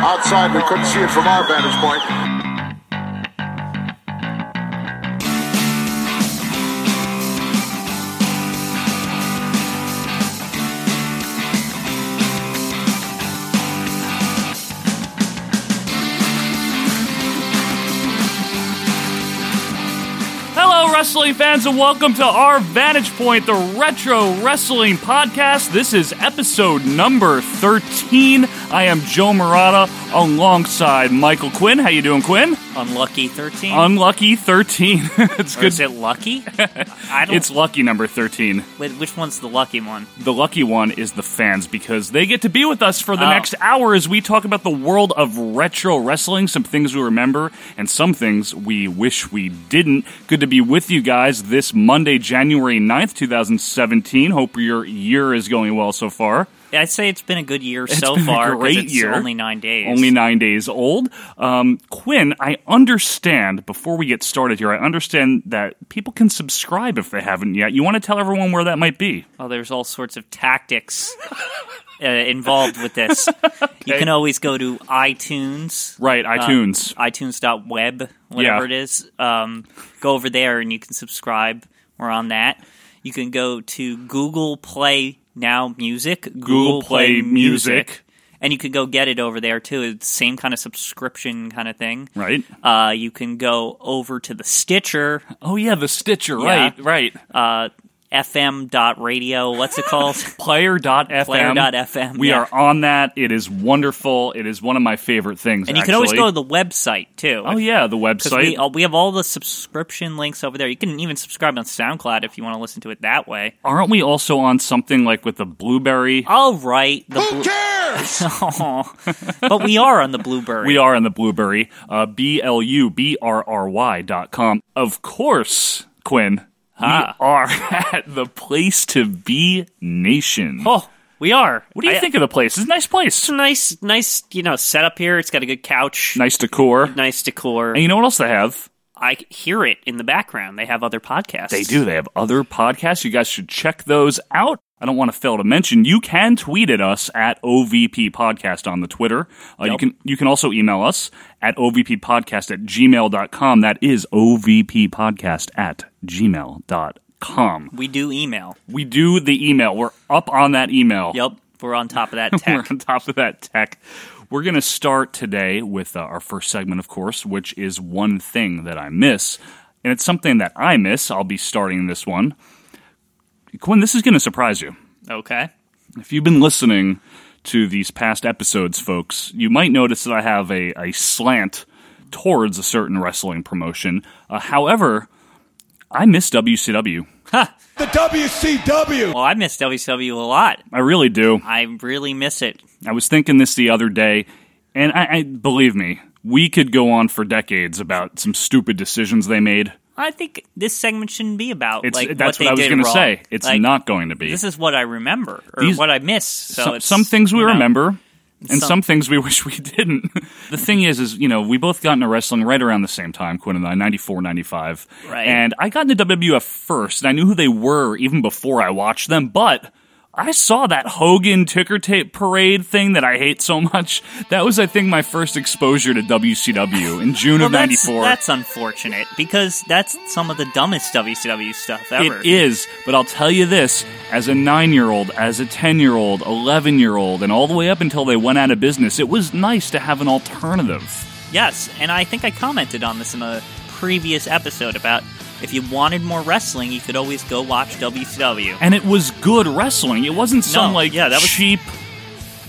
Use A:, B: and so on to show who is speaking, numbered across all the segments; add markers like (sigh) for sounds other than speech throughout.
A: Outside, we couldn't see it from our vantage point.
B: Hello, wrestling fans, and welcome to our Vantage Point, the Retro Wrestling Podcast. This is episode number 13. I am Joe Murata alongside Michael Quinn. How you doing, Quinn?
C: Unlucky 13?
B: Unlucky 13. (laughs) it's
C: or
B: good.
C: is it
B: (laughs)
C: lucky? I don't.
B: It's lucky number 13.
C: wait, which one's the lucky one?
B: The lucky one is the fans because they get to be with us for the
C: Oh.
B: next hour as we talk about the world of retro wrestling, some things we remember and some things we wish we didn't. Good to be with you guys this Monday, January 9th, 2017. Hope your year is going well so far.
C: I'd say it's been a good year so
B: been a
C: far. 'cause
B: great
C: it's
B: year.
C: Only nine days.
B: Only nine days old. Um, Quinn, I understand, before we get started here, I understand that people can subscribe if they haven't yet. You want to tell everyone where that might be?
C: Oh, there's all sorts of tactics uh, involved
B: (laughs)
C: with this. You can always go to iTunes.
B: Right, iTunes.
C: Uh, iTunes.web, whatever
B: Yeah.
C: it is. Um, go over there and you can subscribe. We're on that. You can go to Google Play Now Music. Google,
B: Play Music.
C: And you can go get it over there too. It's the same kind of subscription kind of thing.
B: right?
C: Uh, you can go over to the Stitcher,
B: Oh, yeah, the Stitcher.
C: Yeah.
B: Right, right.
C: uh, fm.radio. What's
B: (laughs)
C: it called?
B: player.fm.
C: Player.fm,
B: We
C: yeah.
B: are on that. It is wonderful. It is one of my favorite things.
C: and you can always
B: actually.
C: go to the website too.
B: Oh yeah, the
C: Because we,
B: website.
C: uh, we have all the subscription links over there. You can even subscribe on SoundCloud if you want to listen to it that way.
B: Aren't we also on something like with the blueberry?
C: All right. The
A: Who cares?
C: Aw. but (laughs) we are on the Blueberry.
B: We are on the blueberry. Uh, B L U B R R Y dot com. Of course, Quinn.
C: Ah.
B: We are at the place to be nation.
C: Oh, we are.
B: what do you
C: I-
B: think of the place? It's a nice place.
C: It's a nice, nice, you know, setup here. It's got a good couch,
B: Nice decor.
C: nice decor.
B: And you know what else they have?
C: I hear it in the background. They have other podcasts.
B: They do. They have other podcasts. You guys should check those out. I don't want to fail to mention you can tweet at us at OVP Podcast on the Twitter. Uh, You
C: Yep.
B: can you can also email us at OVP Podcast at gmail.com. That is OVP Podcast at gmail.com.
C: We do email.
B: We do the email. We're up on that email.
C: Yep, we're on top of (laughs) that
B: We're
C: tech.
B: on top of that tech. We're going to start today with uh, our first segment, of course, which is one thing that I miss. And it's something that I miss. I'll be starting this one. Quinn, this is going to surprise you.
C: okay.
B: If you've been listening to these past episodes, folks, you might notice that I have a, a slant towards a certain wrestling promotion. Uh, however, I miss WCW.
D: The WCW.
C: Well, I miss WCW a lot.
B: I really do.
C: I really miss it.
B: I was thinking this the other day, and I, I believe me, we could go on for decades about some stupid decisions they made.
C: I think this segment shouldn't be about
B: It's,
C: like
B: that's
C: what,
B: what,
C: they
B: I was
C: did
B: gonna
C: wrong.
B: say. It's
C: Like,
B: not going to be.
C: This is what I remember or
B: These-
C: what I miss. So
B: some,
C: it's,
B: some things we
C: you know,
B: remember, and
C: some-
B: some things we (laughs) wish we didn't. the thing is, is you know, we both got into wrestling right around the same time, Quinn and I, 94, 95.
C: Right.
B: And I got into WWF first, and I knew who they were even before I watched them, but. I saw that Hogan ticker tape parade thing that I hate so much. That was, I think, my first exposure to WCW in June
C: Well,
B: of
C: that's,
B: '94.
C: that's unfortunate because that's some of the dumbest WCW stuff ever.
B: It is, but I'll tell you this as a nine year old, as a 10 year old, 11 year old, and all the way up until they went out of business, it was nice to have an alternative.
C: Yes, and I think I commented on this in a previous episode about if you wanted more wrestling, you could always go watch WCW.
B: And it was good wrestling. It wasn't some
C: No,
B: like
C: yeah, that was-
B: cheap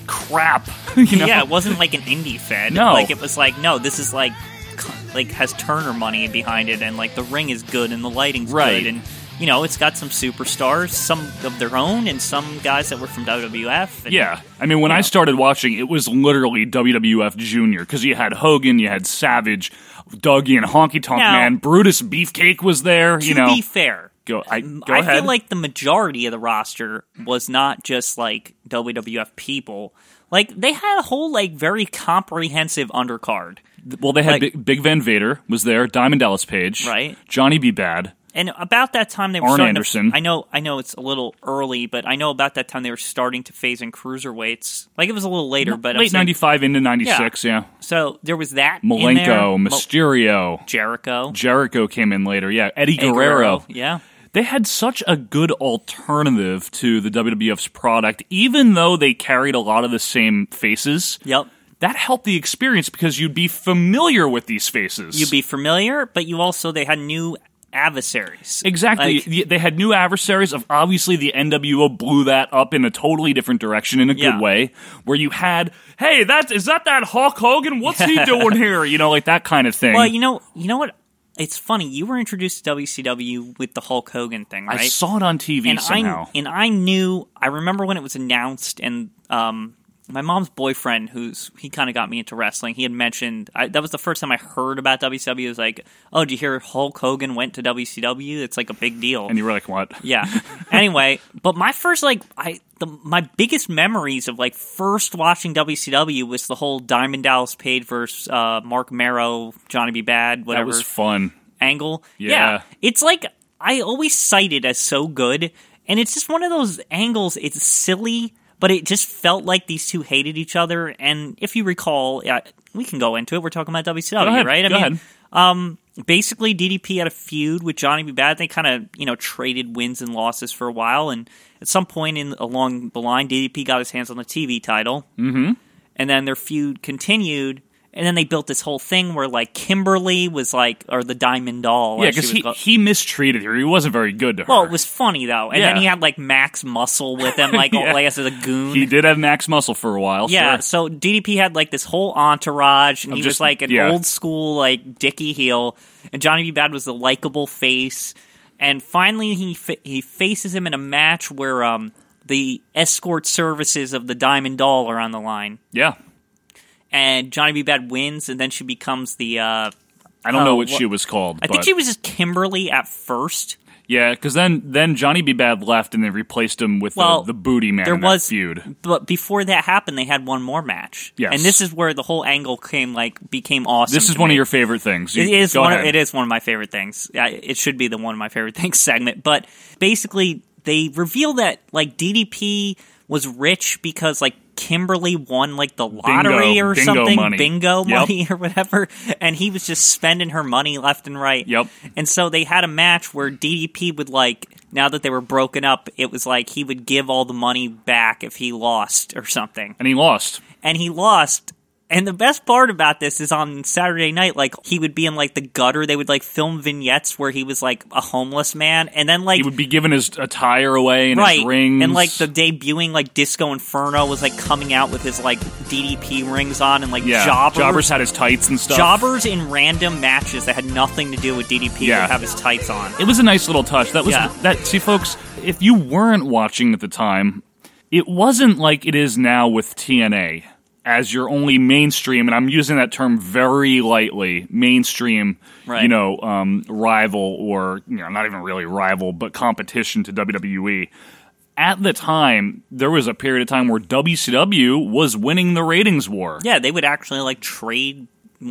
B: crap. (laughs) You know?
C: Yeah, it wasn't like an indie fed.
B: No.
C: like it was like no, this is like c- like has Turner money behind it, and like the ring is good, and the lighting's
B: Right.
C: good, and you know it's got some superstars, some of their own, and some guys that were from WWF. And
B: Yeah. I mean, when I started watching, it was literally WWF Junior because you had Hogan, you had Savage, Dougie, and Honky Tonk
C: Now-
B: Man. Brutus Beefcake was there.
C: to
B: you know,
C: be fair,
B: go, I, go
C: I
B: ahead.
C: feel like the majority of the roster was not just like WWF people. Like they had a whole like very comprehensive undercard.
B: Well, they had
C: Like-
B: Big, Big Van Vader was there, Diamond Dallas Page,
C: Right.
B: Johnny B. Bad,
C: And about that time, they were
B: Arn
C: starting.
B: Anderson.
C: To, I know, I know, it's a little early, but I know about that time they were starting to phase in cruiserweights. Like it was a little later, but I'm
B: Late
C: saying-
B: '95 into '96, yeah.
C: So there was that in there.
B: Malenko,
C: Mo-
B: Mysterio,
C: Jericho,
B: Jericho came in later. Yeah, Eddie
C: Eddie
B: Guerrero.
C: Yeah,
B: They had such a good alternative to the WWF's product, even though they carried a lot of the same faces.
C: yep.
B: That helped the experience because you'd be familiar with these faces.
C: You'd be familiar, but you also they had new adversaries.
B: Exactly.
C: Like,
B: Y- they had new adversaries. Of obviously, the NWO blew that up in a totally different direction, in a
C: Yeah.
B: good way. Where you had, hey, that is that that Hulk Hogan? What's he doing here? You know, like that kind of thing.
C: well, you know, you know what? It's funny. You were introduced to WCW with the Hulk Hogan thing, right?
B: I saw it on TV
C: and
B: somehow.
C: I and I knew. I remember when it was announced, and um, my mom's boyfriend, who's he kind of got me into wrestling. He had mentioned I, that was the first time I heard about WCW. It was like, oh, did you hear Hulk Hogan went to WCW? It's like a big deal.
B: and you were like, what?
C: yeah. anyway, but my first like I the, my biggest memories of like first watching WCW was the whole Diamond Dallas Page versus uh, Mark Marrow, Johnny B. Bad,
B: That
C: whatever
B: was fun.
C: angle.
B: Yeah.
C: It's like I always cite it as so good, and it's just one of those angles. It's silly, but it just felt like these two hated each other. And if you recall, yeah, we can go into it. We're talking about WCW,
B: Go ahead.
C: right? I
B: Go
C: mean,
B: ahead.
C: basically DDP had a feud with Johnny B. Bad. They kind of you know traded wins and losses for a while, and at some point in along the line, DDP got his hands on the TV title, mm-hmm. and then their feud continued. And then they built this whole thing where like Kimberly was like, or the Diamond Doll.
B: Yeah,
C: as she
B: because
C: was
B: he,
C: called.
B: he mistreated her. He wasn't very good to her.
C: Well, it was funny though, and then
B: Yeah.
C: he had like Max Muscle with him, like
B: (laughs)
C: all
B: Yeah.
C: like as a goon.
B: he did have Max Muscle for a while.
C: yeah,
B: sure.
C: so DDP had like this whole entourage, and
B: Of
C: he was
B: just-
C: like an
B: yeah.
C: old school like dicky heel, and Johnny B. Bad was the likable face, and finally he fa- he faces him in a match where um the escort services of the Diamond Doll are on the line,
B: yeah.
C: and Johnny B. Bad wins, and then she becomes the uh
B: I don't
C: Oh,
B: know what
C: wha-
B: she was called.
C: I think
B: but-
C: she was just Kimberly at first.
B: Yeah, because then then Johnny B. Bad left, and they replaced him with uh,
C: Well,
B: the, the Booty Man.
C: there
B: in that
C: was-
B: feud.
C: But before that happened, they had one more match.
B: Yes.
C: and this is where the whole angle came like became awesome.
B: This is
C: to
B: one
C: me.
B: of your favorite things. You-
C: It is
B: go
C: one. Of,
B: ahead.
C: it is one of my favorite things. I, it should be the one of my favorite (laughs) things segment. But basically, they reveal that like DDP was rich because like Kimberly won like the lottery or
B: bingo
C: something,
B: money.
C: bingo
B: Yep.
C: money (laughs) or whatever, and he was just spending her money left and right.
B: Yep.
C: And so they had a match where DDP would like. Now that they were broken up, it was like he would give all the money back if he lost or something
B: and he lost.
C: and he lost. And the best part about this is on Saturday night, like he would be in like the gutter. They would like film vignettes where he was like a homeless man, and then like
B: He would be giving his attire away and
C: right,
B: his rings,
C: and like the debuting like Disco Inferno was like coming out with his like DDP rings on and like
B: yeah.
C: jobbers,
B: had his tights and stuff.
C: jobbers in random matches that had nothing to do with DDP
B: Yeah.
C: would have his tights on.
B: It was a nice little touch. That was
C: Yeah.
B: that. See, folks, if you weren't watching at the time, it wasn't like it is now with TNA as your only mainstream, and I'm using that term very lightly. Mainstream,
C: Right.
B: you know, um, rival or you know, not even really rival, but competition to WWE. At the time, there was a period of time where WCW was winning the ratings war.
C: Yeah, they would actually like trade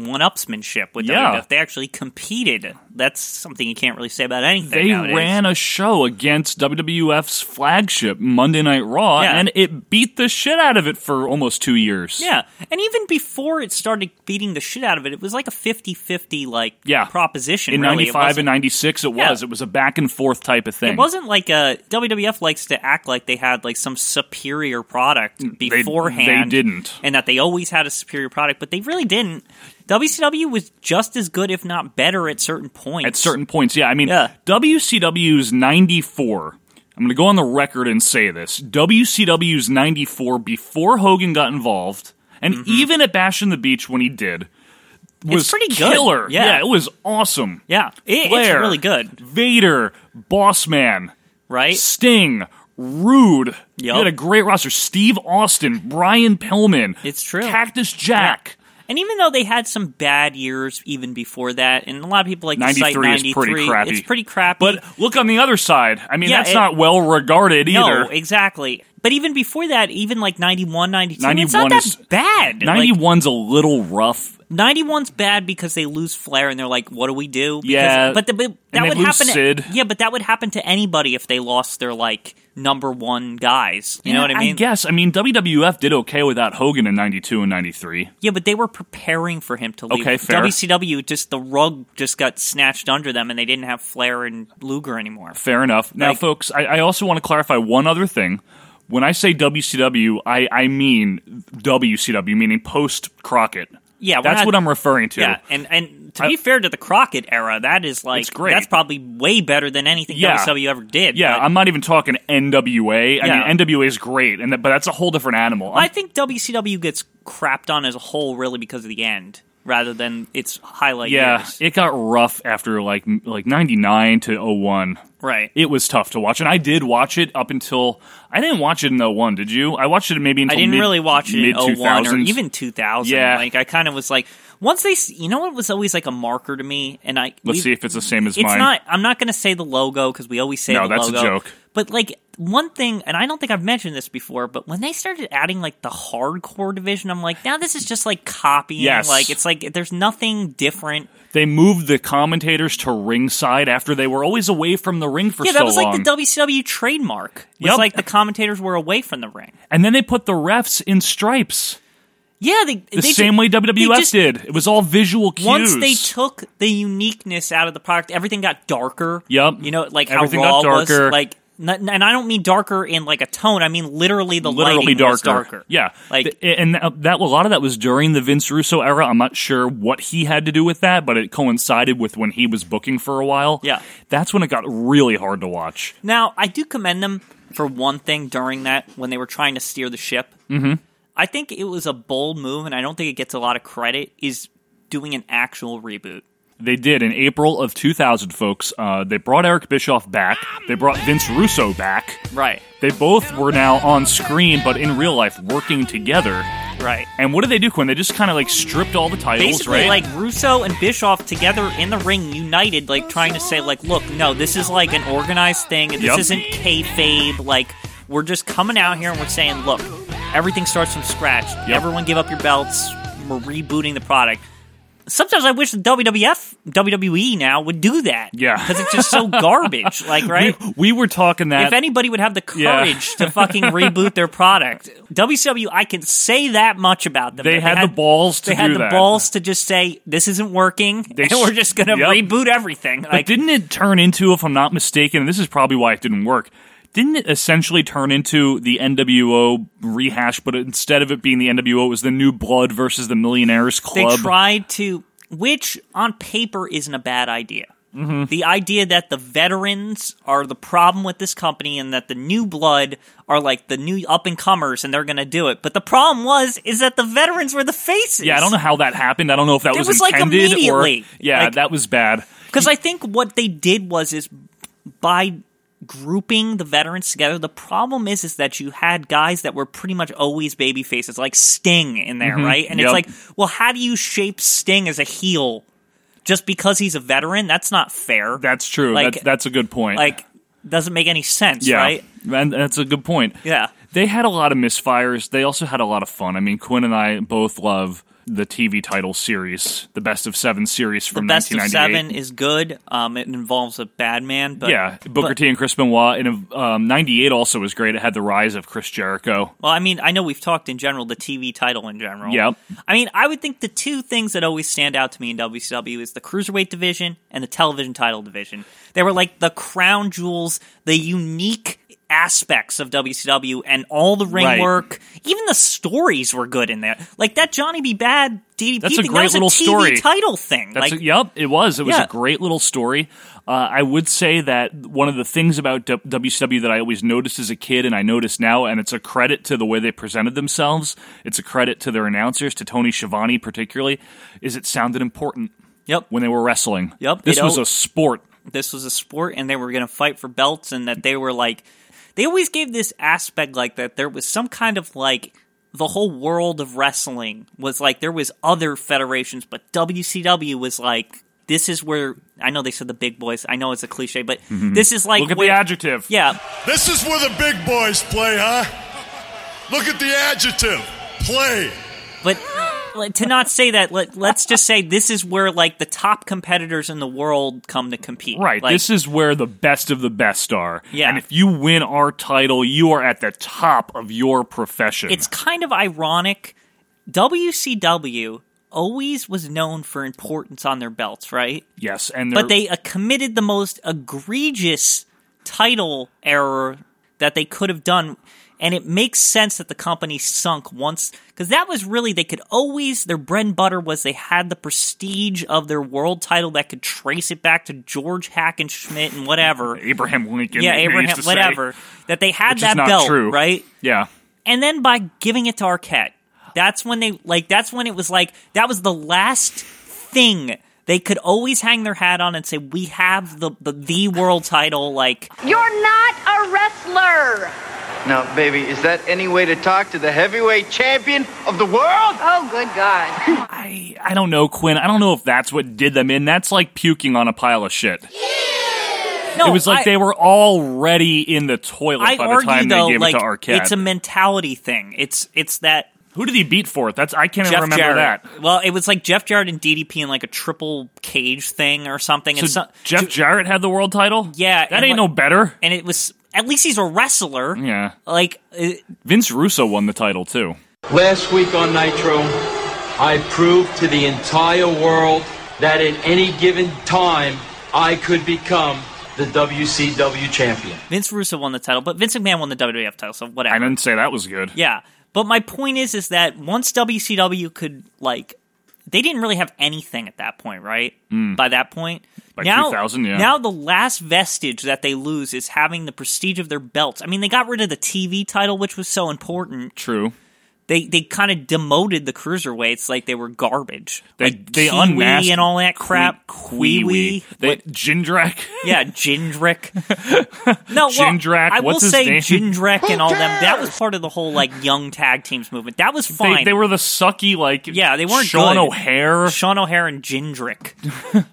C: one-upsmanship with
B: Yeah.
C: WWF. They actually competed. That's something you can't really say about anything.
B: they
C: nowadays.
B: ran a show against WWF's flagship Monday Night Raw,
C: Yeah.
B: and it beat the shit out of it for almost two years.
C: Yeah. And even before it started beating the shit out of it, it was like a 50 50 like
B: Yeah.
C: proposition.
B: in
C: really. It
B: '95 and
C: wasn't-
B: '96, it
C: Yeah.
B: was. It was a back and forth type of thing.
C: It wasn't like uh, a WWF likes to act like they had like some superior product beforehand.
B: Mm, they didn't.
C: and that they always had a superior product, but they really didn't. WCW was just as good, if not better, at certain points.
B: at certain points. Yeah, I mean,
C: Yeah.
B: WCW's 94. I'm going to go on the record and say this. WCW's 94 before Hogan got involved and even at Bash in the Beach when he did was
C: Mm-hmm. pretty good.
B: killer.
C: Yeah.
B: it was awesome.
C: Yeah. It- it's
B: Flair,
C: really good.
B: Vader, Boss Man,
C: right?
B: Sting, Rude. You
C: Yup.
B: had a great roster. Steve Austin, Brian Pillman.
C: It's true.
B: Cactus Jack.
C: And even though they had some bad years even before that, and a lot of people like to cite
B: 93 is pretty
C: 93,
B: crappy.
C: It's pretty crappy.
B: But look on the other side. I mean,
C: Yeah,
B: that's
C: it-
B: not well regarded either.
C: No, exactly. But even before that, even like 91, 92, it's
B: 91
C: not that
B: is-
C: bad. Like,
B: 91's a little rough.
C: 91's bad because they lose Flair and they're like, what do we do? Because,
B: Yeah.
C: But, the, but that
B: they
C: would
B: lose
C: happen. to-
B: Sid.
C: yeah, but that would happen to anybody if they lost their like number one guys. You know what I mean?
B: guess. I mean, WWF did okay without Hogan in 92 and 93.
C: Yeah, but they were preparing for him to leave.
B: Okay, fair.
C: WCW just the rug just got snatched under them, and they didn't have Flair and Luger anymore.
B: Fair enough. Now,
C: Like-
B: folks, I, I also want to clarify one other thing. When I say WCW, I, I mean WCW, meaning post Crockett.
C: Yeah, we're
B: that's
C: not-
B: what I'm referring to.
C: Yeah, and and to
B: I-
C: be fair to the Crockett era, that is like
B: It's great.
C: That's probably way better than anything
B: Yeah.
C: WCW ever did.
B: Yeah,
C: but-
B: I'm not even talking NWA.
C: Yeah.
B: I mean, NWA is great, and that, but that's a whole different animal.
C: I
B: I'm-
C: think WCW gets crapped on as a whole really because of the end rather than its highlight
B: yeah,
C: years.
B: it got rough after like m- like 99 to 01.
C: right.
B: It was tough to watch, and I did watch it up until I didn't watch it in 01, did you? I watched it maybe until
C: I didn't
B: mid-
C: really watch it in
B: mid
C: 01 or
B: 2000s.
C: even 2000.
B: Yeah.
C: Like, I kind of was like, once they, s- you know what was always like a marker to me? And I,
B: Let's
C: we-
B: see if it's the same as
C: it's
B: mine.
C: not, I'm not going to say the logo because we always say
B: No,
C: the
B: that's a
C: logo.
B: joke.
C: But like, one thing, and I don't think I've mentioned this before, but when they started adding like the hardcore division, I'm like, now this is just like copying.
B: Yes.
C: Like, it's like, there's nothing different.
B: They moved the commentators to ringside after they were always away from the ring for
C: Yeah,
B: so
C: that was like
B: long.
C: the WCW trademark. It's
B: Yep.
C: like the commentators were away from the ring.
B: and then they put the refs in stripes,
C: Yeah, they
B: the
C: they ju-
B: same way WWF
C: they just-
B: did. It was all visual cues.
C: Once they took the uniqueness out of the product, everything got darker.
B: Yep.
C: You know, like
B: Everything
C: how Raw
B: got darker.
C: was like, n- and I don't mean darker in like a tone. I mean literally the
B: literally
C: lighting
B: darker.
C: was darker.
B: Yeah,
C: Like-
B: Th- and that, that a lot of that was during the Vince Russo era. I'm not sure what he had to do with that, but it coincided with when he was booking for a while.
C: Yeah.
B: that's when it got really hard to watch.
C: Now I do commend them for one thing during that when they were trying to steer the ship. Mm-hmm. I think it was a bold move, and I don't think it gets a lot of credit. Is doing an actual reboot.
B: They did in April of 2000, folks. Uh, they brought Eric Bischoff back. They brought Vince Russo back.
C: Right.
B: They both were now on screen, but in real life, working together.
C: Right.
B: And what did they do, Quinn? They just kind of like stripped all the titles,
C: basically
B: right?
C: like Russo and Bischoff together in the ring, united, like trying to say, like, look, no, this is like an organized thing, and this
B: Yep.
C: isn't kayfabe. Like, we're just coming out here and we're saying, look, everything starts from scratch. Everyone give up your belts. We're rebooting the product. Sometimes I wish the WWF, WWE E now would do that. (laughs)
B: Yeah.
C: because it's
B: (laughs)
C: just so garbage. Like, right?
B: we, we were talking that.
C: if anybody would have the
B: Yeah. (laughs)
C: courage to fucking reboot their product, WCW, I can say that much about them.
B: They
C: that
B: had the balls to
C: They had
B: do
C: the
B: that.
C: balls to just say this isn't working,
B: They
C: and we're
B: sh-
C: just gonna
B: Yep.
C: reboot everything.
B: but
C: Like,
B: didn't it turn into, if I'm not mistaken, and this is probably why it didn't work, didn't it essentially turn into the NWO rehash, but instead of it being the NWO, it was the New Blood versus the Millionaires
C: they
B: Club?
C: tried to, which on paper isn't a bad idea.
B: Mm-hmm.
C: The idea that the veterans are the problem with this company and that the new blood are like the new up and comers and they're going to do it. But the problem was is that the veterans were the faces.
B: yeah, I don't know how that happened. I don't know if that
C: It
B: was,
C: was, like,
B: intended or
C: immediately.
B: yeah,
C: Like-
B: that was bad.
C: Because I think what they did was is by grouping the veterans together. The problem is is that you had guys that were pretty much always baby faces, like Sting in there, right? And
B: Mm-hmm. Yep.
C: it's like, well, how do you shape Sting as a heel just because he's a veteran? That's not fair.
B: That's true.
C: Like-
B: that's, that's a good point.
C: like doesn't make any sense,
B: yeah,
C: right?
B: and that's a good point.
C: Yeah.
B: They had a lot of misfires. They also had a lot of fun. I mean, Quinn and I both love the TV title series, the Best of Seven series from
C: Best of
B: 1998.
C: seven is good. Um, it involves a bad man, but
B: yeah, Booker
C: but-
B: T and Chris Benoit. And um, '98 also was great. It had the rise of Chris Jericho.
C: Well, I mean, I know we've talked in general, the TV title in general.
B: Yep.
C: I mean, I would think the two things that always stand out to me in WCW is the cruiserweight division and the television title division. They were like the crown jewels, the unique aspects of WCW and all the ring
B: Right.
C: work. Even the stories were good in there. Like that Johnny B. Bad DDP
B: That's a
C: thing,
B: great
C: that was
B: little
C: a TV
B: story.
C: title thing.
B: That's
C: like,
B: a, yep, it was. It was
C: Yeah.
B: a great little story. Uh, I would say that one of the things about D- WCW that I always noticed as a kid, and I notice now, and it's a credit to the way they presented themselves. It's a credit to their announcers, to Tony Schiavone particularly, is it sounded important
C: yep.
B: when they were wrestling.
C: Yep,
B: this
C: it
B: was
C: al-
B: a sport.
C: this was a sport and they were going to fight for belts and that they were like they always gave this aspect like that there was some kind of like the whole world of wrestling was like there was other federations but WCW was like this is where I know they said the big boys I know it's a cliche but this is like
B: Mm-hmm. Look at
C: where-
B: the adjective.
C: yeah
E: This is where the big boys play, huh? Look at the adjective play.
C: But like, to not say that, let, let's just say this is where like the top competitors in the world come to compete.
B: Right.
C: Like,
B: this is where the best of the best are.
C: Yeah.
B: And if you win our title, you are at the top of your profession.
C: it's kind of ironic. WCW always was known for importance on their belts, right?
B: yes, and
C: But
B: they're-
C: they uh, committed the most egregious title error that they could have done. And it makes sense that the company sunk once, because that was really, they could always, their bread and butter was they had the prestige of their world title that could trace it back to George Hackenschmidt and whatever.
B: Abraham Lincoln. (laughs)
C: yeah,
B: they used
C: Abraham,
B: to say.
C: whatever. That they had
B: Which is
C: that
B: not
C: belt,
B: true.
C: right?
B: Yeah.
C: and then by giving it to Arquette, that's when they like that's when it was like that was the last thing they could always hang their hat on and say we have the the, the world title like
F: You're not a wrestler.
G: Now, baby, is that any way to talk to the heavyweight champion of the world?
F: Oh, good God.
B: I I don't know, Quinn. I don't know if that's what did them in. That's like puking on a pile of shit.
C: no
B: it was like
C: I,
B: they were already in the toilet
C: I
B: by the
C: argue
B: time
C: though
B: they gave
C: like
B: it to Arquette.
C: it's a mentality thing it's it's that
B: Who did he beat for it? That's I can't even
C: Jeff
B: remember
C: Jarrett.
B: that.
C: Well, it was like Jeff Jarrett and DDP in like a triple cage thing or something.
B: So
C: and so,
B: Jeff Jarrett had the world title.
C: Yeah,
B: that
C: and
B: ain't
C: like-
B: no better.
C: and it was at least he's a wrestler.
B: Yeah,
C: Like uh,
B: Vince Russo won the title too.
H: Last week on Nitro, I proved to the entire world that at any given time, I could become the WCW champion.
C: Vince Russo won the title, but Vince McMahon won the WWF title, so whatever.
B: I didn't say that was good.
C: Yeah. But my point is is that once WCW could like they didn't really have anything at that point, right? By that point.
B: Mm. By
C: now,
B: 2000, yeah.
C: Now the last vestige that they lose is having the prestige of their belts. I mean, they got rid of the TV title, which was so important.
B: True.
C: They they kind of demoted the cruiserweights like they were garbage.
B: They
C: like
B: they
C: Kiwi
B: unmasked
C: and all that crap.
B: Kiwi.
C: Kiwi.
B: They Jindrak. (laughs)
C: Yeah, Jindrak. no, well,
B: Jindrak,
C: I will
B: what's his
C: say
B: name?
C: Jindrak and all them. That
D: cares?
C: was part of the whole like young tag teams movement. That was fine.
B: They, they were the sucky like
C: Yeah, they weren't
B: Sean
C: good.
B: O'Hare.
C: Sean O'Hare and
B: (laughs)
C: Jindrak,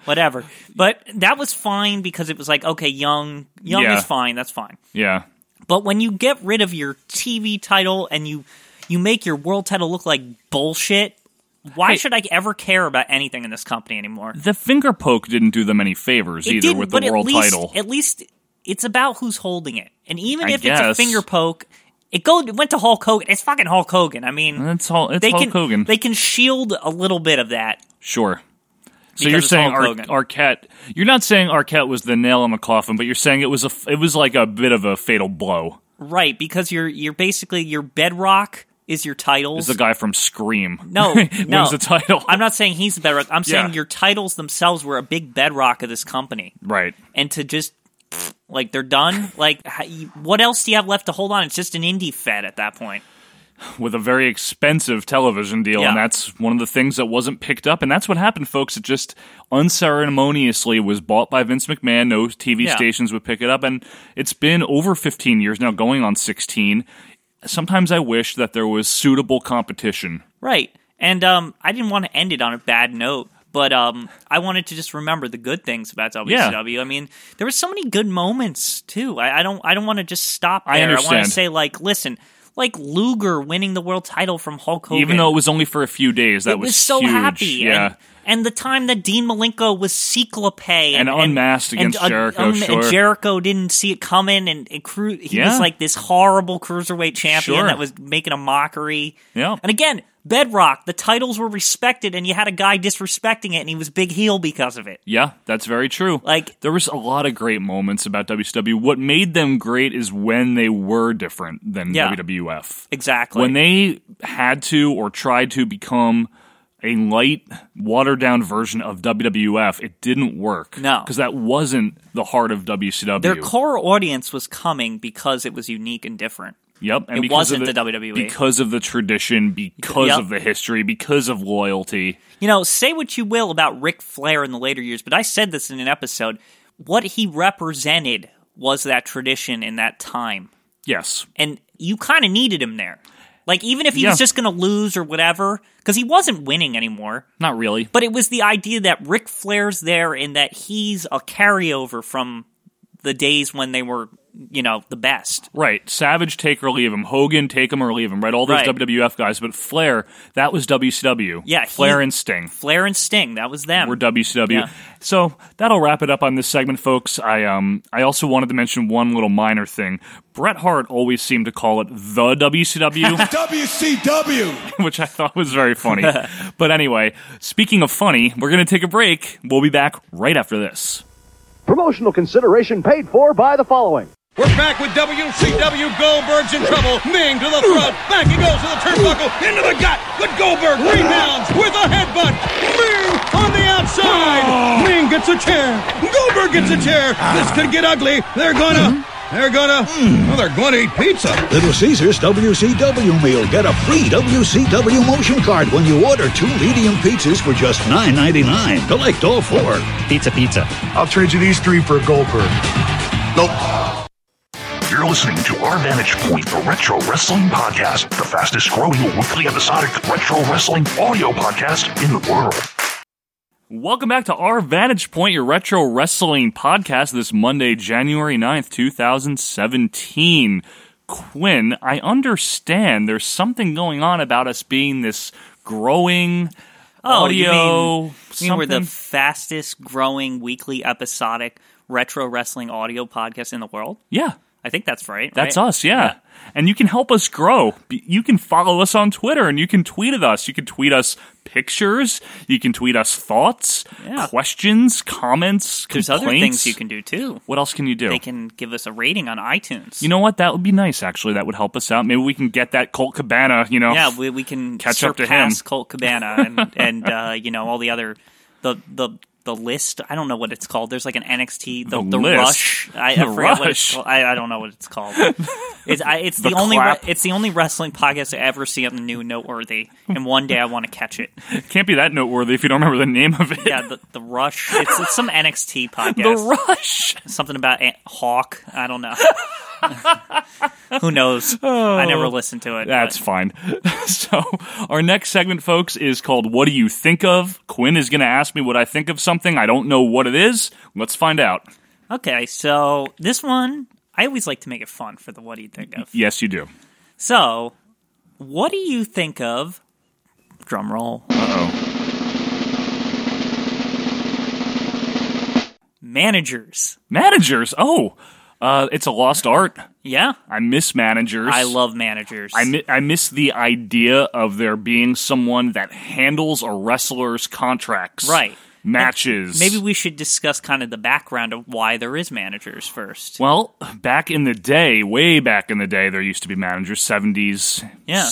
C: whatever. But that was fine because it was like, okay, young, young
B: Yeah.
C: is fine. That's fine.
B: Yeah.
C: But when you get rid of your TV title and you you make your world title look like bullshit, why
B: Hey.
C: should I ever care about anything in this company anymore?
B: The finger poke didn't do them any favors
C: It
B: either
C: didn't,
B: with
C: but
B: the world
C: at least,
B: title.
C: At least it's about who's holding it, and even
B: I
C: if it's a
B: guess.
C: finger poke, it go it went to Hulk Hogan. It's fucking Hulk Hogan. I mean,
B: it's Hulk, it's
C: they
B: Hulk
C: can
B: Hogan.
C: they can shield a little bit of that.
B: sure. So
C: Because
B: you're
C: it's
B: saying
C: Hulk
B: Ar-
C: Hogan.
B: Arquette? You're not saying Arquette was the nail in the coffin, but you're saying it was a f- it was like a bit of a fatal blow.
C: Right, because you're you're basically your bedrock is your titles.
B: Is the guy from Scream? (laughs)
C: no,
B: wins
C: no.
B: the title.
C: I'm not saying he's the bedrock. I'm saying
B: Yeah.
C: your titles themselves were a big bedrock of this company,
B: (laughs) right.
C: and to just like they're done. Like, how, you- what else do you have left to hold on? It's just an indie fed at that point.
B: with a very expensive television deal, and
C: Yeah.
B: that's one of the things that wasn't picked up. And that's what happened, folks. It just unceremoniously was bought by Vince McMahon. No TV
C: Yeah.
B: stations would pick it up, and it's been over 15 years now, going on 16. Sometimes I wish that there was suitable competition.
C: Right. And um, I didn't want to end it on a bad note, but um, I wanted to just remember the good things about WCW. I mean, there were so many good moments too. I, I don't, I don't want to just stop there.
B: I
C: want
B: understand.
C: to say like, listen, like Luger winning the world title from Hulk Hogan.
B: Even though it was only for a few days, that
C: It was,
B: was
C: so
B: huge.
C: happy.
B: Yeah.
C: And, and the time that Dean Malenko was Cyclope and,
B: And unmasked
C: and-
B: against
C: and, uh,
B: Jericho,
C: um, and
B: sure.
C: Jericho didn't see it coming, and, and cru- he
B: Yeah.
C: was like this horrible cruiserweight champion
B: Sure.
C: that was making a mockery.
B: Yeah.
C: And again, Bedrock, the titles were respected, and you had a guy disrespecting it, and he was big heel because of it.
B: Yeah, that's very true.
C: Like-
B: there was a lot of great moments about WCW. What made them great is when they were different than
C: Yeah.
B: WWF.
C: Exactly.
B: When they had to or tried to become a light, watered down version of WWF, it didn't work.
C: No.
B: Because that wasn't the heart of WCW.
C: Their core audience was coming because it was unique and different.
B: Yep, and
C: It
B: because of
C: wasn't the WWE.
B: because of the tradition, because
C: Yep.
B: of the history, because of loyalty.
C: You know, say what you will about Ric Flair in the later years, but I said this in an episode. What he represented was that tradition in that time.
B: Yes,
C: And you kind of needed him there. Like, even if he
B: Yeah.
C: was just going to lose or whatever, because he wasn't winning anymore.
B: not really.
C: But it was the idea that Ric Flair's there and that he's a carryover from the days when they were you know, the best.
B: Right. Savage, take or leave him. Hogan, take him or leave him. Right. All those
C: Right.
B: WWF guys, but Flair, that was WCW.
C: Yeah, he-
B: Flair and Sting.
C: Flair and Sting, that was them.
B: We're WCW.
C: Yeah.
B: So that'll wrap it up on this segment, folks. I um I also wanted to mention one little minor thing. Bret Hart always seemed to call it the WCW,
D: WCW.
B: which I thought was very funny. but anyway, speaking of funny, we're gonna take a break. We'll be back right after this.
I: Promotional consideration paid for by the following.
D: We're back with WCW. Goldberg's in trouble. Ming to the front. Back he goes to the turnbuckle. Into the gut. But Goldberg rebounds with a headbutt. Ming on the outside. Ming gets a chair. Goldberg gets a chair. This could get ugly. They're gonna. They're gonna. Well, they're gonna eat pizza.
J: Little Caesars WCW meal. Get a free WCW motion card when you order two medium pizzas for just $9.99. Collect all four.
K: Pizza, pizza.
E: I'll trade you these three for a Goldberg. Nope.
J: You're listening to Our Vantage Point, the Retro Wrestling Podcast, the fastest growing weekly episodic retro wrestling audio podcast in the world.
B: Welcome back to our Vantage Point, your retro wrestling podcast this Monday, January 9th, 2017. Quinn, I understand there's something going on about us being this growing
C: Oh,
B: audio.
C: you mean, you mean we're the
B: something.
C: fastest growing weekly episodic retro wrestling audio podcast in the world?
B: yeah,
C: I think that's right.
B: that's
C: right?
B: us, yeah. And you can help us grow. B- You can follow us on Twitter and you can tweet at us. You can tweet us pictures, you can tweet us thoughts,
C: Yeah.
B: questions, comments,
C: There's
B: complaints.
C: other things you can do too.
B: What else can you do?
C: They can give us a rating on iTunes.
B: You know what? That would be nice, actually. That would help us out. Maybe we can get that Colt Cabana, you know? (laughs)
C: yeah, we, we can
B: Oh. Catch up to
C: surpass
B: him.
C: Colt Cabana and (laughs) and uh, you know all the other the the the list. I don't know what it's called. There's like an NXT the,
B: The
C: the,
B: list.
C: Rush. I,
B: The
C: I forget what it's
B: Rush.
C: called. I, I don't know what it's called. (laughs) It's I, it's the,
B: The
C: only re-
B: clap.
C: it's the only wrestling podcast I ever see on the new noteworthy. And one day I want to catch it.
B: It can't be that noteworthy if you don't remember the name of it.
C: Yeah, the, the Rush. It's, it's some NXT
B: (laughs)
C: podcast.
B: The Rush.
C: something about Ant- Hawk. I don't know. (laughs) Who knows?
B: Oh.
C: I never listened to it.
B: That's
C: but-
B: fine. (laughs) so, our next segment, folks, is called What Do You Think of? Quinn is going to ask me what I think of something. I don't know what it is. Let's find out.
C: okay. So this one, I always like to make it fun for the what do you think of?
B: Yes, you do.
C: So, what do you think of? Drum roll.
B: Uh oh.
C: Managers.
B: Managers. Oh, uh, it's a lost art.
C: Yeah,
B: I miss managers.
C: I love managers.
B: I, mi- I miss the idea of there being someone that handles a wrestler's contracts,
C: Right.
B: Matches.
C: Maybe we should discuss kind of the background of why there is managers first.
B: Well, back in the day, way back in the day, there used to be managers, seventies,
C: Yeah.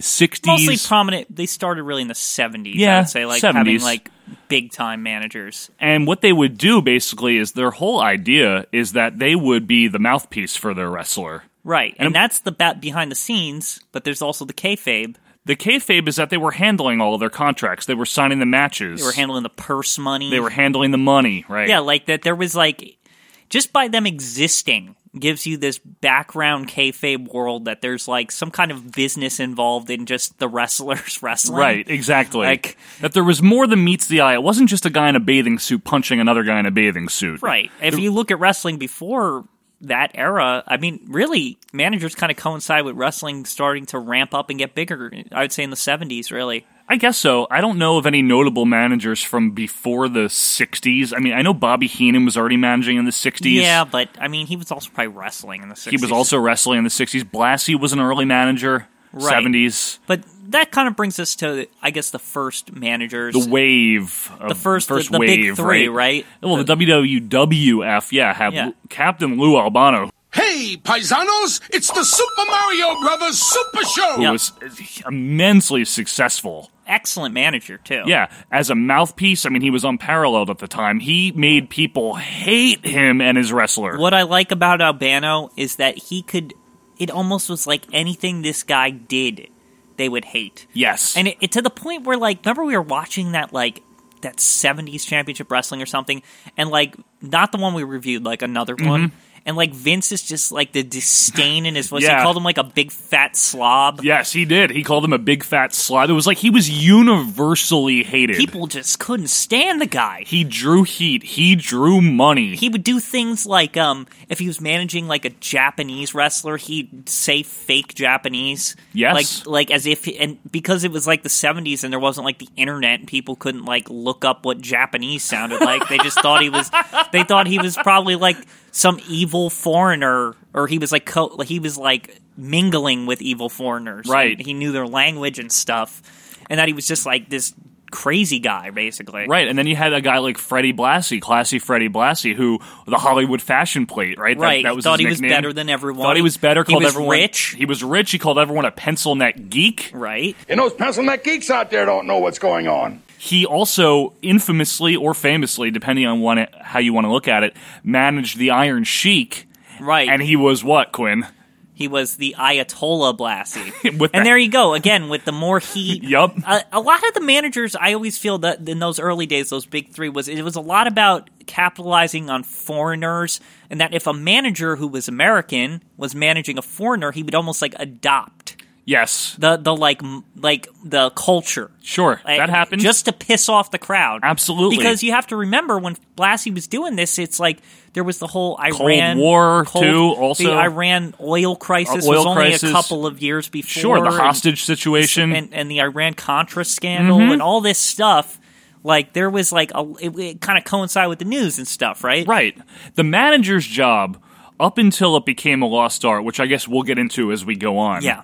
B: sixties.
C: Mostly prominent. They started really in the seventies. I
B: Yeah,
C: would say like
B: 70s.
C: having like big time managers.
B: and what they would do basically is their whole idea is that they would be the mouthpiece for their wrestler.
C: Right, and,
B: And-
C: that's the bat behind the scenes, but there's also the kayfabe.
B: The kayfabe is that they were handling all of their contracts. They were signing the matches.
C: They were handling the purse money.
B: They were handling the money, right?
C: yeah, like that. There was like just by them existing gives you this background kayfabe world that there's like some kind of business involved in just the wrestlers (laughs) wrestling.
B: Right, exactly.
C: Like-
B: that there was more than meets the eye. It wasn't just a guy in a bathing suit punching another guy in a bathing suit.
C: right. If you look at wrestling before that era, I mean, really, managers kind of coincide with wrestling starting to ramp up and get bigger. I would say in the '70s, really.
B: I guess so. I don't know of any notable managers from before the 60s. I mean, I know Bobby Heenan was already managing in the 60s.
C: yeah, but I mean, he was also probably wrestling in the '60s.
B: He was also wrestling in the 60s. Blassie was an early manager.
C: Right.
B: 70s.
C: But that kind of brings us to, I guess, the first managers.
B: The wave. Of,
C: The first- the- the
B: wave,
C: big three, right?
B: Well, the, WWF, yeah, had
C: Yeah.
B: L- Captain Lou Albano,
A: Hey, paisanos, it's the Super Mario Brothers Super Show.
B: who was immensely successful.
C: Excellent manager too.
B: Yeah, as a mouthpiece, I mean, he was unparalleled at the time. He made people hate him and his wrestler.
C: What I like about Albano is that he could. It almost was like anything this guy did, they would hate.
B: Yes.
C: And it, it to the point where, like, remember we were watching that like that '70s Championship Wrestling or something, and like not the one we reviewed, like another one. and like Vince is just like the disdain in his (laughs) voice.
B: Yeah.
C: He called him like a big fat slob.
B: Yes, he did. He called him a big fat slob. It was like he was universally hated.
C: People just couldn't stand the guy.
B: he drew heat. He drew money.
C: He would do things like um if he was managing like a Japanese wrestler, he'd say fake Japanese.
B: Yes.
C: Like like as if and because it was like the 70s and there wasn't like the internet and people couldn't like look up what Japanese sounded like. they just thought he was (laughs) they thought he was probably like some evil foreigner or he was like co- he was like mingling with evil foreigners.
B: Right.
C: He knew their language and stuff and that he was just like this crazy guy basically.
B: Right, and then you had a guy like Freddie Blassie, classy Freddie Blassie, who the Hollywood fashion plate, right?
C: Right, he thought
B: his
C: he was
B: nickname.
C: better than everyone.
B: Thought he was better.
C: He
B: called
C: was
B: everyone
C: rich.
B: He was rich. He called everyone a pencil neck geek.
C: Right. (laughs)
K: And those pencil neck geeks out there don't know what's going on.
B: He also infamously or famously, depending on one, how you want to look at it, managed the Iron Sheik.
C: Right.
B: and he was what Quinn?
C: He was the Ayatollah Blassie.
B: (laughs) With
C: and
B: the-
C: there you go again with the more heat.
B: Yup.
C: A, a lot of the managers, I always feel that in those early days, those big three was it was a lot about capitalizing on foreigners, and that if a manager who was American was managing a foreigner, he would almost like adopt
B: Yes,
C: the the like m- like the culture.
B: sure,
C: Like,
B: that happened.
C: just to piss off the crowd.
B: Absolutely.
C: because you have to remember when Blassie was doing this, it's like there was the whole
B: Cold
C: Iran
B: War, too, also.
C: the Iran oil crisis
B: Uh, oil
C: was only
B: crisis.
C: a couple of years before.
B: sure, the
C: and-
B: hostage situation.
C: and, and the Iran Contra scandal
B: Mhm.
C: and all this stuff. Like there was like a, it, it kind of coincided with the news and stuff, right?
B: Right. The manager's job, up until it became a lost art, which I guess we'll get into as we go on,
C: Yeah.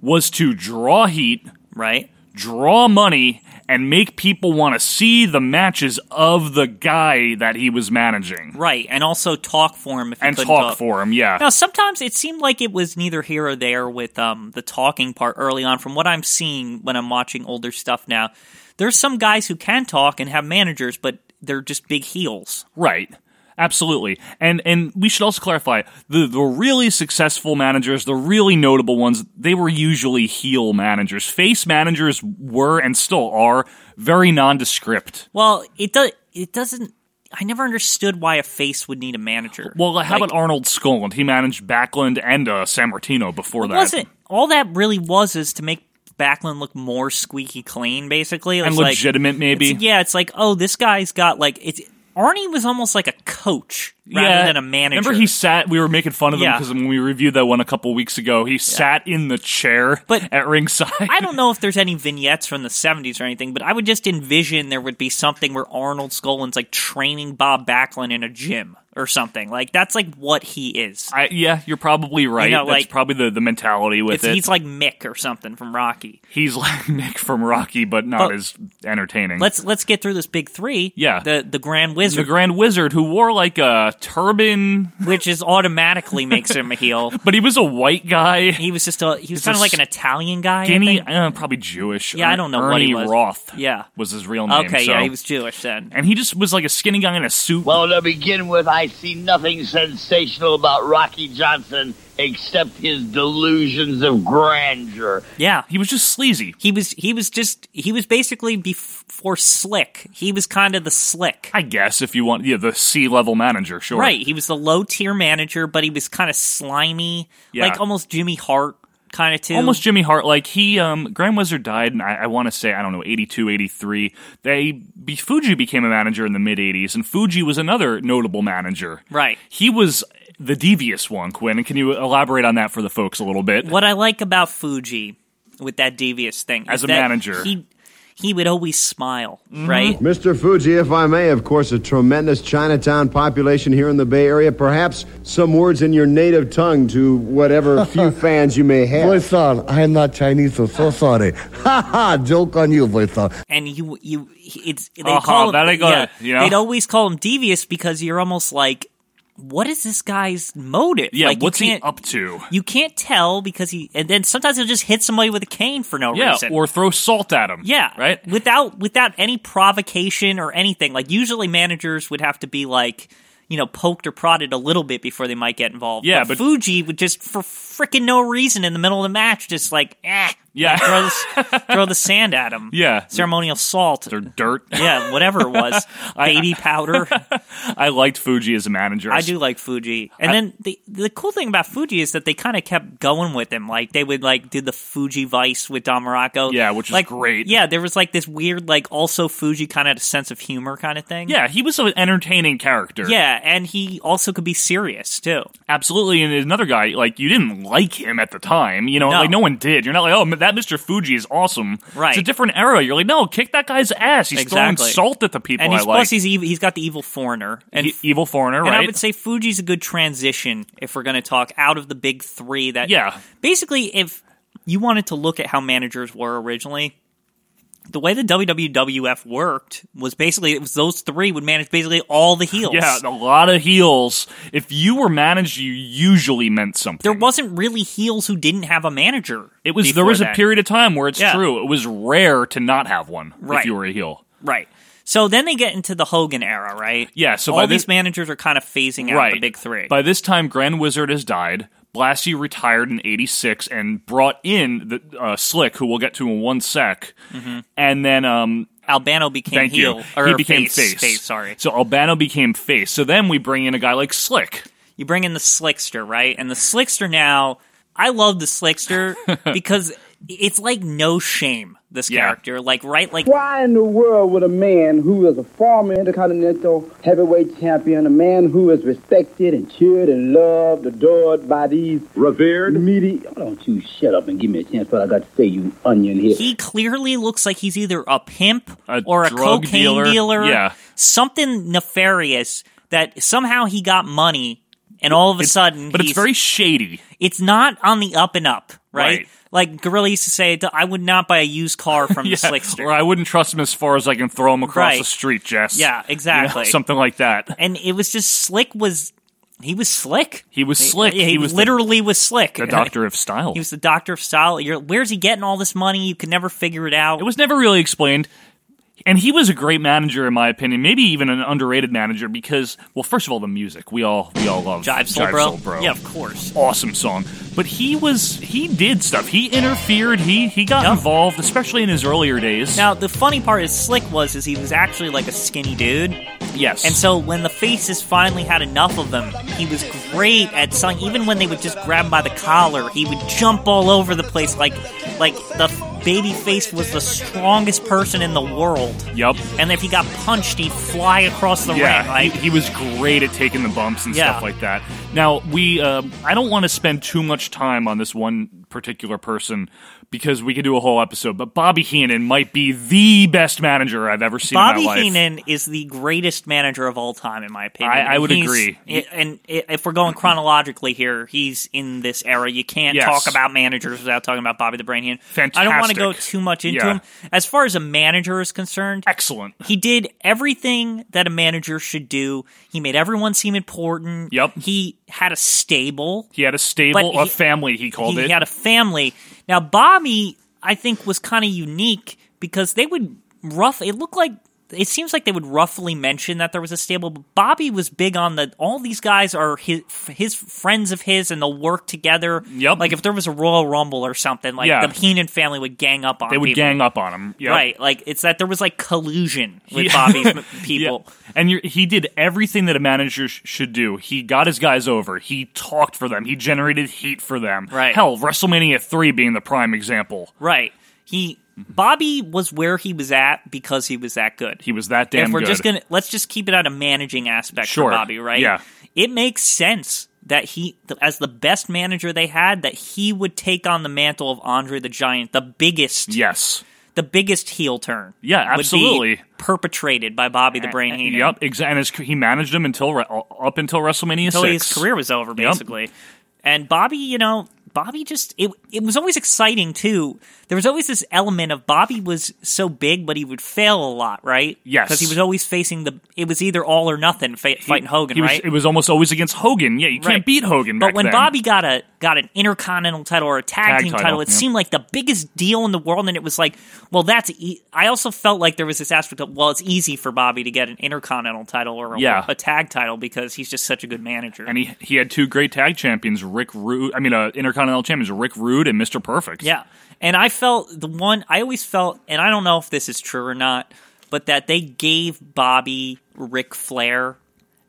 B: was to draw heat,
C: right?
B: Draw money and make people want to see the matches of the guy that he was managing
C: Right, and also talk for him if you
B: and talk,
C: couldn't talk
B: for him. Yeah.
C: Now, sometimes it seemed like it was neither here or there with um, the talking part early on. From what I'm seeing when I'm watching older stuff now, there's some guys who can talk and have managers, but they're just big heels.
B: Right. Absolutely. And and we should also clarify the the really successful managers, the really notable ones, they were usually heel managers. Face managers were and still are very nondescript.
C: Well, it does. It doesn't. I never understood why a face would need a manager.
B: Well, how
C: Like,
B: about Arnold Skoland? He managed Backlund and uh, San Martino before
C: it
B: that.
C: wasn't all that really was is to make Backlund look more squeaky clean, basically, It
B: And
C: was like-
B: legitimate, maybe?
C: it's- yeah, it's like oh, this guy's got like it's. Arnie was almost like a coach rather
B: yeah.
C: than a manager.
B: Remember, he sat. We were making fun of him
C: Yeah.
B: because when we reviewed that one a couple weeks ago, he sat in the chair but at ringside.
C: I don't know if there's any vignettes from the 70s or anything, but I would just envision there would be something where Arnold Skolan's like training Bob Backlund in a gym or something. Like that's like what he is.
B: (laughs) I, yeah, you're probably right.
C: know,
B: That's
C: like-
B: probably the, the mentality with
C: It's,
B: it.
C: he's like Mick or something from Rocky.
B: He's (laughs) like Nick from Rocky, but not
C: But-
B: as entertaining.
C: Let's let's get through this big three.
B: Yeah.
C: the the Grand
B: the
C: Wizard,
B: Grand Wizard who wore like a turban,
C: which is automatically makes him
B: (laughs)
C: a heel.
B: but he was a white
C: (laughs)
B: guy.
C: He was just a he
B: He's
C: was kind
B: a
C: of like an Italian guy. I
B: Skinny,
C: think.
B: uh, probably Jewish.
C: Yeah, I
B: Er-
C: don't know
B: Ernie
C: what he was.
B: Roth.
C: Yeah.
B: was his real name.
C: Okay,
B: so-
C: yeah, he was Jewish then.
B: and he just was like a skinny guy in a suit.
L: Well, to begin with, I see nothing sensational about Rocky Johnson except his delusions of grandeur.
C: Yeah,
B: he was just sleazy.
C: He was he was just he was basically before slick. He was kind of the slick.
B: I guess if you want, yeah, the C level manager, sure.
C: Right. He was the low tier manager, but he was kind of slimy,
B: Yeah.
C: like almost Jimmy Hart kind of too.
B: Almost Jimmy Hart. Like, he, um, Grand Wizard died, and I, I want to say, I don't know, 82, 83. They, be, Fuji became a manager in the mid 80s, and Fuji was another notable manager.
C: right.
B: He was the devious one, Quinn. And can you elaborate on that for the folks a little bit?
C: What I like about Fuji with that devious thing is
B: As a
C: that
B: manager. Mm-hmm.
C: he he would always smile, right?
M: Mr. Fuji, if I may, of course, a tremendous Chinatown population here in the Bay Area. Perhaps some words in your native tongue to whatever few fans you may have.
N: Voisan, I am not Chinese, so, so sorry. Ha ha, joke on you, Voisan.
C: And you you it's they
B: Uh-huh,
C: call him,
B: very good,
C: yeah,
B: you know?
C: they'd always call him devious because you're almost like what is this guy's motive?
B: yeah,
C: like, you
B: what's he
C: can't-
B: up to?
C: You can't tell because he, and then sometimes he'll just hit somebody with a cane for no
B: Yeah,
C: reason.
B: or throw salt at him.
C: Yeah.
B: Right?
C: Without without any provocation or anything. Like usually managers would have to be like, you know, poked or prodded a little bit before they might get involved.
B: Yeah, but-
C: Fuji would just for freaking no reason in the middle of the match just like, eh,
B: Yeah.
C: throw,
B: (laughs)
C: the, throw the sand at him.
B: Yeah.
C: Ceremonial salt.
B: Or dirt.
C: (laughs) Yeah, whatever
B: (laughs)
C: it was. Baby powder.
B: I liked Fuji as a manager.
C: I do like Fuji. And then the the cool thing about Fuji is that they kind of kept going with him. Like they would like do the Fuji Vice with Don Morocco.
B: Yeah, which is
C: like,
B: great.
C: Yeah, there was like this weird like also Fuji kind of sense of humor kind of thing.
B: Yeah, he was an entertaining character.
C: Yeah, and he also could be serious too.
B: Absolutely, and another guy like you didn't like him at the time, you know,
C: No.
B: like no one did. You're not like, oh, that Mr. Fuji is awesome.
C: Right.
B: It's a different era. You're like, no, kick that guy's ass. He's
C: Exactly.
B: throwing salt at the people.
C: and
B: I
C: he's
B: like.
C: plus he's evil, he's got the evil foreigner and
B: E- evil foreigner,
C: And
B: right?
C: I would say Fuji's a good transition if we're going to talk out of the big three. That
B: Yeah.
C: basically, if you wanted to look at how managers were originally, the way the WWF worked was basically it was those three would manage basically all the heels.
B: Yeah, a lot of heels. If you were managed, you usually meant something.
C: there wasn't really heels who didn't have a manager.
B: It was there
C: before
B: was a
C: then.
B: period of time where it's
C: Yeah.
B: true. It was rare to not have one
C: Right.
B: if you were a heel.
C: right. So then they get into the Hogan era, right?
B: Yeah, so
C: all
B: by
C: these
B: this-
C: managers are kind of phasing out
B: right.
C: the big three.
B: By this time, Grand Wizard has died. Blassie retired in '86 and brought in the uh, Slick, who we'll get to in one sec. And then um,
C: Albano became
B: thank
C: heel.
B: you.
C: Mm-hmm. Or
B: he became
C: face,
B: face.
C: face, Sorry.
B: So Albano became face. So then we bring in a guy like Slick.
C: you bring in the slickster, right? And the slickster now, I love the slickster
B: (laughs)
C: because it's like no shame. This character, like right, like
O: Why in the world would a man who is a former Intercontinental Heavyweight Champion, a man who is respected and cheered and loved, adored by these revered media? Why Don't you shut up and give me a chance, but I got to say you onion here.
C: he clearly looks like he's either a pimp or a
B: drug
C: cocaine dealer,
B: dealer. Yeah.
C: something nefarious that somehow he got money, and all of a sudden,
B: but it's
C: he's-
B: very shady.
C: It's not on the up and up, right?
B: Right.
C: Like Gorilla used to say, I would not buy a
B: (laughs)
C: used car from
B: Yeah,
C: the slickster.
B: Or I wouldn't trust him as far as I can throw him across
C: Right.
B: the street, Jess.
C: Yeah,
B: You know, (laughs)
C: exactly.
B: something like that.
C: and it was just slick was he was slick
B: He was slick.
C: he,
B: He was the-
C: literally was slick
B: The Doctor of Style.
C: (laughs) he was the doctor of style You're, where's he getting all this money you could never figure it out
B: It was never really explained. And he was a great manager, in my opinion. Maybe even an underrated manager because, well, first of all, the music we all we all love.
C: Jive Soul Bro? Yeah, of
B: course, awesome song. But he was he did stuff. He interfered. He he got involved, especially in his earlier days.
C: now the funny part is slick was is he was actually like a skinny dude
B: Yes.
C: and so when the faces finally had enough of them he was great at selling even when they would just grab him by the collar he would jump all over the place like like the baby face was the strongest person in the world
B: Yup.
C: and if he got punched he'd fly across (laughs) the
B: yeah,
C: ring like
B: he, he was great at taking the bumps and
C: Yeah.
B: stuff like that. Now we, um I don't want to spend too much time on this one particular person because we could do a whole episode. But Bobby Heenan might be the best manager I've ever seen.
C: Bobby
B: in my life.
C: Heenan is the greatest manager of all time, in my opinion.
B: I- I would
C: He's-
B: agree.
C: i- and i- if we're going chronologically here, he's in this era. You can't
B: Yes.
C: talk about managers without talking about Bobby the Brain Heenan. I don't want
B: Fantastic.
C: to go too much into
B: Yeah.
C: him. As far as a manager is concerned,
B: excellent.
C: He did everything that a manager should do. He made everyone seem important.
B: Yep.
C: He had a stable.
B: He had a stable,
C: But
B: a
C: he-
B: family. He called
C: he,
B: it.
C: had a family. Now Bobby, I think, was kind of unique because they would rough. It looked like it seems like they would roughly mention that there was a stable. But Bobby was big on the all these guys are his his friends of his, and they'll work together. Yep. Like if there was a Royal Rumble or something, like
B: Yeah.
C: the Heenan family would gang up on.
B: they would
C: people.
B: gang up on him. Yep.
C: Right, like it's that there was like collusion with
B: Yeah. (laughs)
C: Bobby's m- people.
B: Yeah. And you're, he did everything that a manager sh- should do. He got his guys over. He talked for them. He generated heat for them. Right. Hell, WrestleMania three being the prime example.
C: Right, he Bobby was where he was at because he was that good.
B: He was that damn
C: if we're
B: good.
C: just gonna let's just keep it at a managing aspect
B: Sure.
C: for Bobby, right?
B: Yeah.
C: It makes sense that he th- as the best manager they had, that he would take on the mantle of Andre the Giant, the biggest
B: Yes.
C: the biggest heel turn.
B: Yeah,
C: would be
B: absolutely.
C: perpetrated by Bobby the Brain Heenan.
B: Yep, exactly. And his, he managed him until re- uh, up until WrestleMania
C: Until
B: six.
C: his career was over,
B: Yep.
C: basically. And Bobby, you know, Bobby just it it was always exciting too. There was always this element of Bobby was so big, but he would fail a lot, right?
B: Yes.
C: because he was always facing the. It was either all or nothing fa- fighting Hogan,
B: He was-
C: right?
B: It was almost always against Hogan. Yeah, you can't
C: Right.
B: beat Hogan.
C: But
B: back
C: when
B: then.
C: Bobby got a got an intercontinental title or a tag,
B: Tag
C: team
B: title,
C: title, it
B: yeah.
C: seemed like the biggest deal in the world, and it was like, well, that's. E-. I also felt like there was this aspect of, well, it's easy for Bobby to get an intercontinental title or a,
B: Yeah.
C: a tag title because he's just such a good manager.
B: and he he had two great tag champions, Rick Rude. I mean, uh, Continental champions, Rick Rude and Mr. Perfect.
C: Yeah. And I felt the one, I always felt, and I don't know if this is true or not, but that they gave Bobby Ric Flair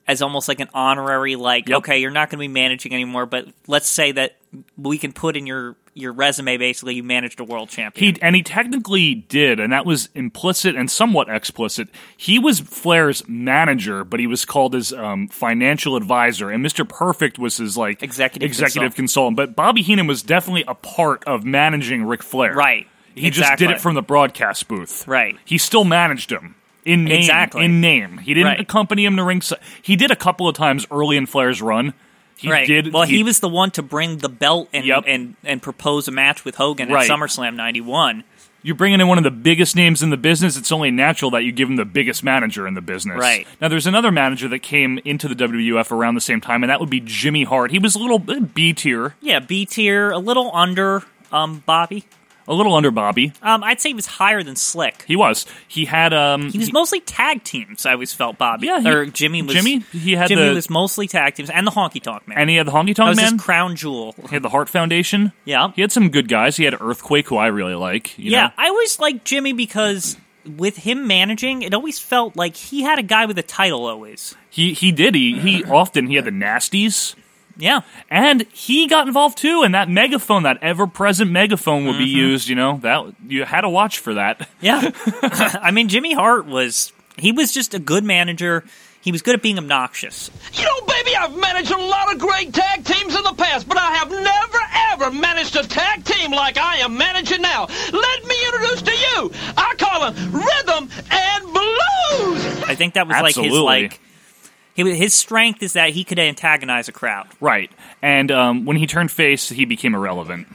C: as almost like an honorary, like, okay, you're not going to be managing anymore, but let's say that we can put in your, your resume basically you managed a world champion.
B: He and he technically did, and that was implicit and somewhat explicit. He was Flair's manager, but he was called his um, financial advisor, and Mr. Perfect was his like executive executive consultant. But Bobby Heenan was definitely a part of managing Ric Flair.
C: Right.
B: He
C: Exactly.
B: just did it from the broadcast booth.
C: Right.
B: He still managed him. In name,
C: Exactly.
B: in name, he didn't
C: Right.
B: accompany him to ringside. He did a couple of times early in Flair's run. He
C: right.
B: did.
C: well, he, was the one to bring the belt and and, and propose a match with Hogan
B: Right.
C: at SummerSlam 91.
B: You're bringing in one of the biggest names in the business. It's only natural that you give him the biggest manager in the business.
C: Right.
B: Now, there's another manager that came into the WWF around the same time, and that would be Jimmy Hart. He was a little uh, B tier,
C: Yeah, B tier, a little under um, Bobby.
B: a little under Bobby.
C: Um, I'd say he was higher than Slick.
B: He was. He had. um
C: He was mostly tag teams. I always felt Bobby
B: Yeah, he-
C: or Jimmy was
B: Jimmy? He had
C: Jimmy
B: the-
C: was mostly tag teams and the Honky Tonk Man.
B: And he had the Honky
C: that
B: Tonk
C: was his
B: Man.
C: crown jewel.
B: He
C: (laughs)
B: had the Hart Foundation.
C: Yeah.
B: He had some good guys. He had Earthquake, who I really like. you
C: yeah,
B: know?
C: I always liked Jimmy because with him managing, it always felt like he had a guy with a title always.
B: He he did. He he often he had the nasties.
C: Yeah.
B: And he got involved too, and that megaphone, that ever present megaphone would
C: Mm-hmm.
B: be used, you know. That you had to watch for that. (laughs)
C: Yeah. (laughs) I mean, Jimmy Hart was he was just a good manager. He was good at being obnoxious.
P: You know, baby, I've managed a lot of great tag teams in the past, but I have never, ever managed a tag team like I am managing now. Let me introduce to you, I call him Rhythm and Blues.
C: I think that was
B: Absolutely.
C: like his like he was- his strength is that he could antagonize a crowd.
B: Right. And um, when he turned face, he became irrelevant,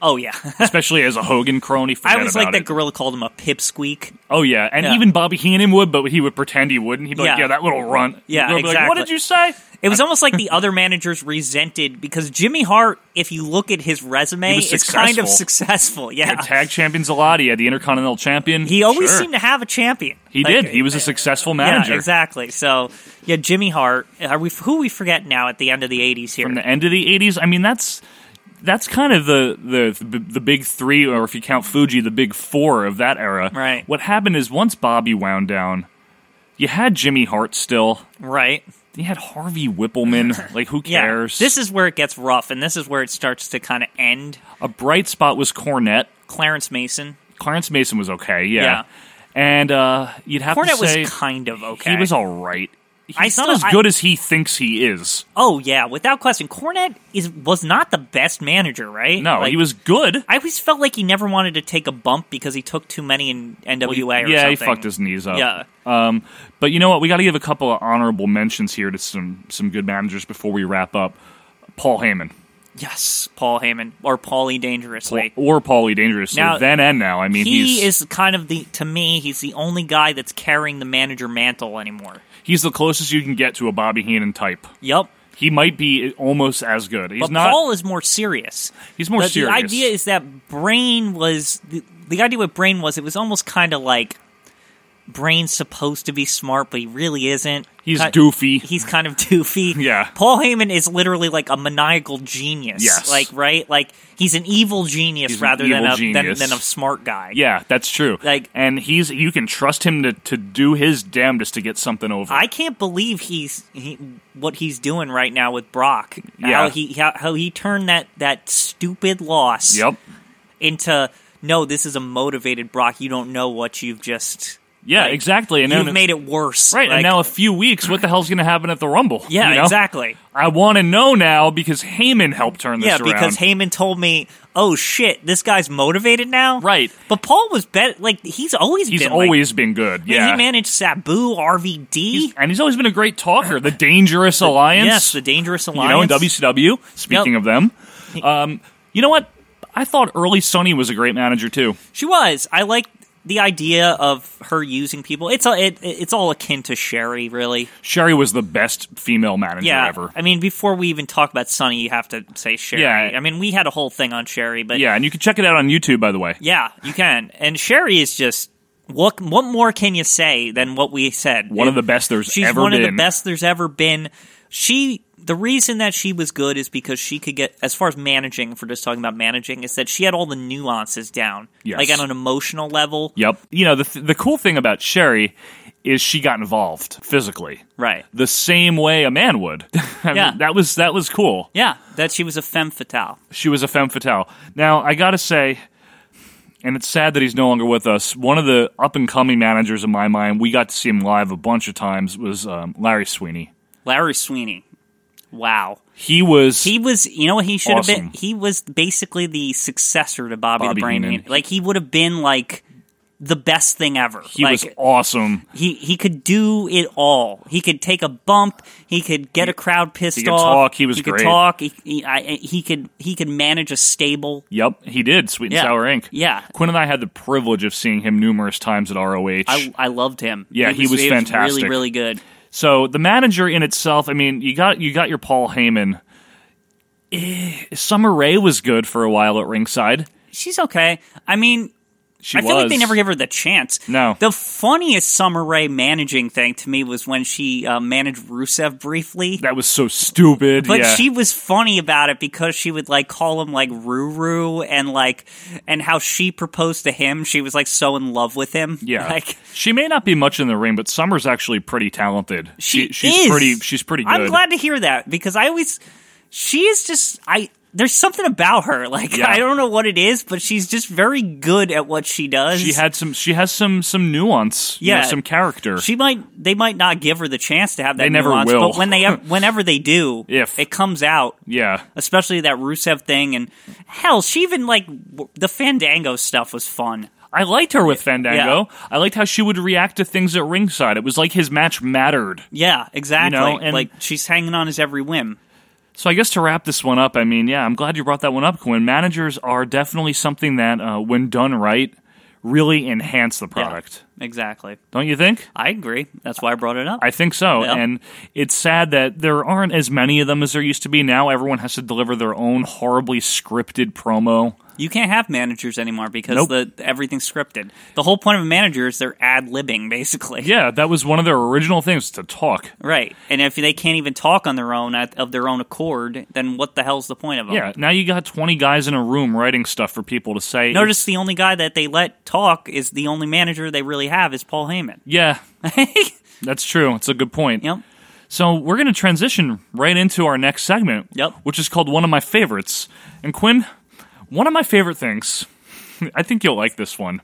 C: Oh yeah. (laughs)
B: especially as a Hogan crony.
C: I
B: Forget
C: always like
B: about
C: that
B: it.
C: gorilla called him a pipsqueak.
B: Oh yeah, and
C: Yeah.
B: even Bobby Heenan would, but he would pretend he wouldn't. He'd be like, "Yeah, that little runt."
C: Yeah,
B: He'd be
C: exactly.
B: like, what did you say?
C: It was almost like
B: (laughs)
C: the other managers resented because Jimmy Hart, if you look at his
B: He
C: resume,
B: was
C: is kind of
B: successful.
C: successful.
B: He
C: Yeah,
B: had tag champions a lot. He had the Intercontinental Champion.
C: he always
B: Sure.
C: seemed to have a champion.
B: He
C: Like,
B: did. He was a successful manager.
C: Yeah, exactly. So yeah, Jimmy Hart. Are we who we forget now at the end of the eighties here?
B: From the end of the '80s, I mean, that's that's kind of the the the big three, or if you count Fuji, the big four of that era. Right. What happened is once Bobby wound down, you had Jimmy Hart still.
C: right.
B: You had Harvey
C: (laughs)
B: Whippleman. Like, who
C: Yeah.
B: cares?
C: This is where it gets rough, and this is where it starts to kind of end.
B: A bright spot was Cornette.
C: Clarence Mason.
B: Clarence Mason was okay, yeah.
C: Yeah.
B: And uh, you'd have
C: Cornette
B: to say
C: was kind of okay.
B: he was all right. He's
C: I
B: not
C: still-
B: as
C: I-
B: good as he thinks he is.
C: Oh yeah, without question, Cornette is was not the best manager, right?
B: No,
C: Like,
B: he was good.
C: I always felt like he never wanted to take a bump because he took too many in NWA.
B: Well,
C: or
B: yeah,
C: something.
B: he fucked his knees up.
C: Yeah.
B: Um, but you know what? We got to give a couple of honorable mentions here to some some good managers before we wrap up. Paul Heyman
C: Yes, Paul Heyman or Paulie Dangerously.
B: or Paulie Dangerously
C: Now,
B: then and now. I mean,
C: he
B: he's
C: is kind of the to me he's the only guy that's carrying the manager mantle anymore.
B: he's the closest you can get to a Bobby Heenan type.
C: Yep.
B: He might be almost as good. He's
C: but
B: not.
C: Paul is more serious.
B: He's more
C: the,
B: serious.
C: The idea is that Brain was the, the idea with Brain was it was almost kind of like Brain's supposed to be smart, but he really isn't.
B: He's
C: Ki-
B: doofy.
C: He's kind of (laughs) doofy. yeah. Paul Heyman is literally like a maniacal genius.
B: Yes.
C: Like right, like he's an evil genius
B: He's an
C: rather
B: evil
C: than a Than,
B: genius.
C: than a smart guy.
B: Yeah, that's true.
C: Like-
B: and he's you can trust him to, to do his damnedest to get something over.
C: I can't believe he's he, what he's doing right now with Brock. How
B: Yeah.
C: he how, how he turned that that stupid loss.
B: Yep.
C: Into no, this is a motivated Brock. You don't know what you've just.
B: Yeah, exactly. And
C: you've
B: then-
C: made it worse.
B: Right,
C: Like,
B: and now a few weeks, what the hell's going to happen at the Rumble?
C: Yeah,
B: you know?
C: exactly.
B: I want to know now because Heyman helped turn this
C: yeah,
B: around.
C: because Heyman told me, "Oh shit, this guy's motivated now."
B: Right.
C: But Paul was bet like he's always
B: he's
C: been like-
B: always been good.
C: I mean,
B: Yeah,
C: he managed Sabu, RVD,
B: and he's always been a great talker. The Dangerous Alliance,
C: Yes, the Dangerous Alliance.
B: you know, in WCW. Speaking of them, um, you know what? I thought early Sonny was a great manager too.
C: She was. I like the idea of her using people. It's all, it, it's all akin to Sherry, really.
B: Sherry was the best female manager
C: yeah.
B: ever.
C: I mean, before we even talk about Sonny, you have to say Sherry.
B: Yeah.
C: I mean, we had a whole thing on Sherry, but
B: yeah, and you can check it out on YouTube, by the way.
C: yeah, you can. And Sherry is just what what more can you say than what we said?
B: One of the best there's
C: She's
B: ever
C: one
B: been.
C: of the best there's ever been. she the reason that she was good is because she could get as far as managing if we're just talking about managing is that she had all the nuances down
B: Yes.
C: like on an emotional level
B: Yep. You know, the, th- the cool thing about Sherry is she got involved physically.
C: Right.
B: The same way a man would. (laughs) I mean,
C: Yeah.
B: that was that was cool.
C: yeah that she was a femme fatale
B: She was a femme fatale. Now, I got to say and it's sad that he's no longer with us. One of the up and coming managers in my mind, we got to see him live a bunch of times was um, Larry Sweeney.
C: larry sweeney wow
B: He was
C: he was you know what he should have
B: Awesome.
C: been he was basically the successor to bobby,
B: Bobby
C: the brain
B: Heenan.
C: Heenan. like he would have been like the best thing ever
B: he
C: like,
B: was awesome.
C: He he could do it all. He could take a bump. He could get a crowd pissed
B: he could
C: off.
B: talk, he was
C: he
B: great.
C: Could talk. He, he, I, I- he could he could manage a stable.
B: Yep, he did. Sweet and
C: Yeah.
B: Sour Ink.
C: Yeah.
B: Quinn and I had the privilege of seeing him numerous times at ROH.
C: I I loved him.
B: Yeah, he was fantastic.
C: Really really good.
B: So the manager in itself, I mean, you got you got your Paul Heyman. Eh, Summer Rae was good for a while at ringside.
C: She's okay. I mean,
B: She
C: I feel like they
B: was.
C: never give her the chance.
B: No.
C: The funniest Summer Rae managing thing to me was when she uh, managed Rusev briefly.
B: That was so stupid.
C: But
B: yeah.
C: she was funny about it because she would like call him like Ruru and like and how she proposed to him. She was like so in love with him. (laughs)
B: yeah,
C: Like
B: she may not be much in the ring, but Summer's actually pretty talented.
C: she,
B: she's
C: is.
B: pretty. She's pretty good.
C: I'm glad to hear that because I always she is just I there's something about her. (laughs) Like
B: Yeah.
C: I don't know what it is, but she's just very good at what she does.
B: she had some. She has some some nuance. you know,
C: Yeah.
B: some character.
C: she might they might not give her the chance to have that
B: They never
C: nuance,
B: will.
C: but when they
B: (laughs)
C: whenever they do,
B: If.
C: it comes out,
B: yeah,
C: especially that Rusev thing and hell, she even like w- the Fandango stuff was fun.
B: I liked her with Fandango. I liked how she would react to things at ringside. It was like his match mattered.
C: Yeah, exactly.
B: and-
C: like she's hanging on his every whim.
B: So I guess to wrap this one up, I mean, yeah, I'm glad you brought that one up, Quinn. Managers are definitely something that, uh, when done right, really enhance the product.
C: Exactly.
B: Don't you think?
C: I agree. That's why I brought it up.
B: I think so.
C: Yeah.
B: And it's sad that there aren't as many of them as there used to be. Now everyone has to deliver their own horribly scripted promo.
C: You can't have managers anymore because
B: Nope.
C: the everything's scripted. The whole point of a manager is they're ad libbing, basically.
B: Yeah, that was one of their original things to talk.
C: (laughs) Right. And if they can't even talk on their own at, of their own accord, then what the hell's the point of them?
B: Yeah, now you got 20 guys in a room writing stuff for people to say.
C: Notice the only guy that they let talk is the only manager they really have is Paul Heyman. (laughs)
B: Yeah. That's true. It's a good point.
C: Yep.
B: So we're going to transition right into our next segment,
C: Yep.
B: which is called One of My Favorites. And Quinn, one of my favorite things, (laughs) I think you'll like this one,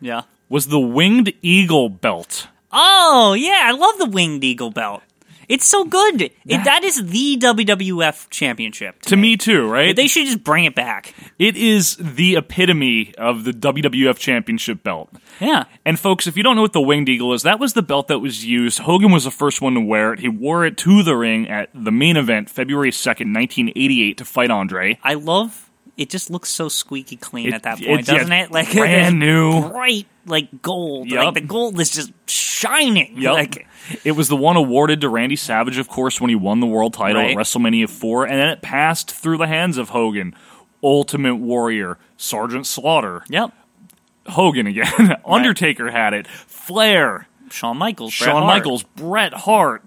C: Yeah.
B: was the Winged Eagle belt.
C: Oh, yeah. I love the Winged Eagle belt. It's so good. It- that is the WWF championship.
B: To me, too, right?
C: They should just bring it back.
B: it is the epitome of the WWF Championship belt.
C: Yeah.
B: And folks, if you don't know what the Winged Eagle is, that was the belt that was used. Hogan was the first one to wear it. He wore it to the ring at the main event, February 2nd, 1988, to fight Andre.
C: I love it just looks so squeaky clean
B: It-
C: at that
B: it-
C: point,
B: yeah,
C: doesn't it? (laughs) Like
B: brand new.
C: bright like gold.
B: Yup.
C: Like the gold is just shining.
B: Yep.
C: Like
B: it was the one awarded to Randy Savage, of course, when he won the world title at
C: Right.
B: WrestleMania 4, and then it passed through the hands of Hogan, Ultimate Warrior, Sergeant Slaughter,
C: Yep.
B: Hogan again, (laughs) Undertaker had it, Flair,
C: Shawn Michaels, Bret
B: Shawn
C: Hart.
B: Michaels, Bret Hart.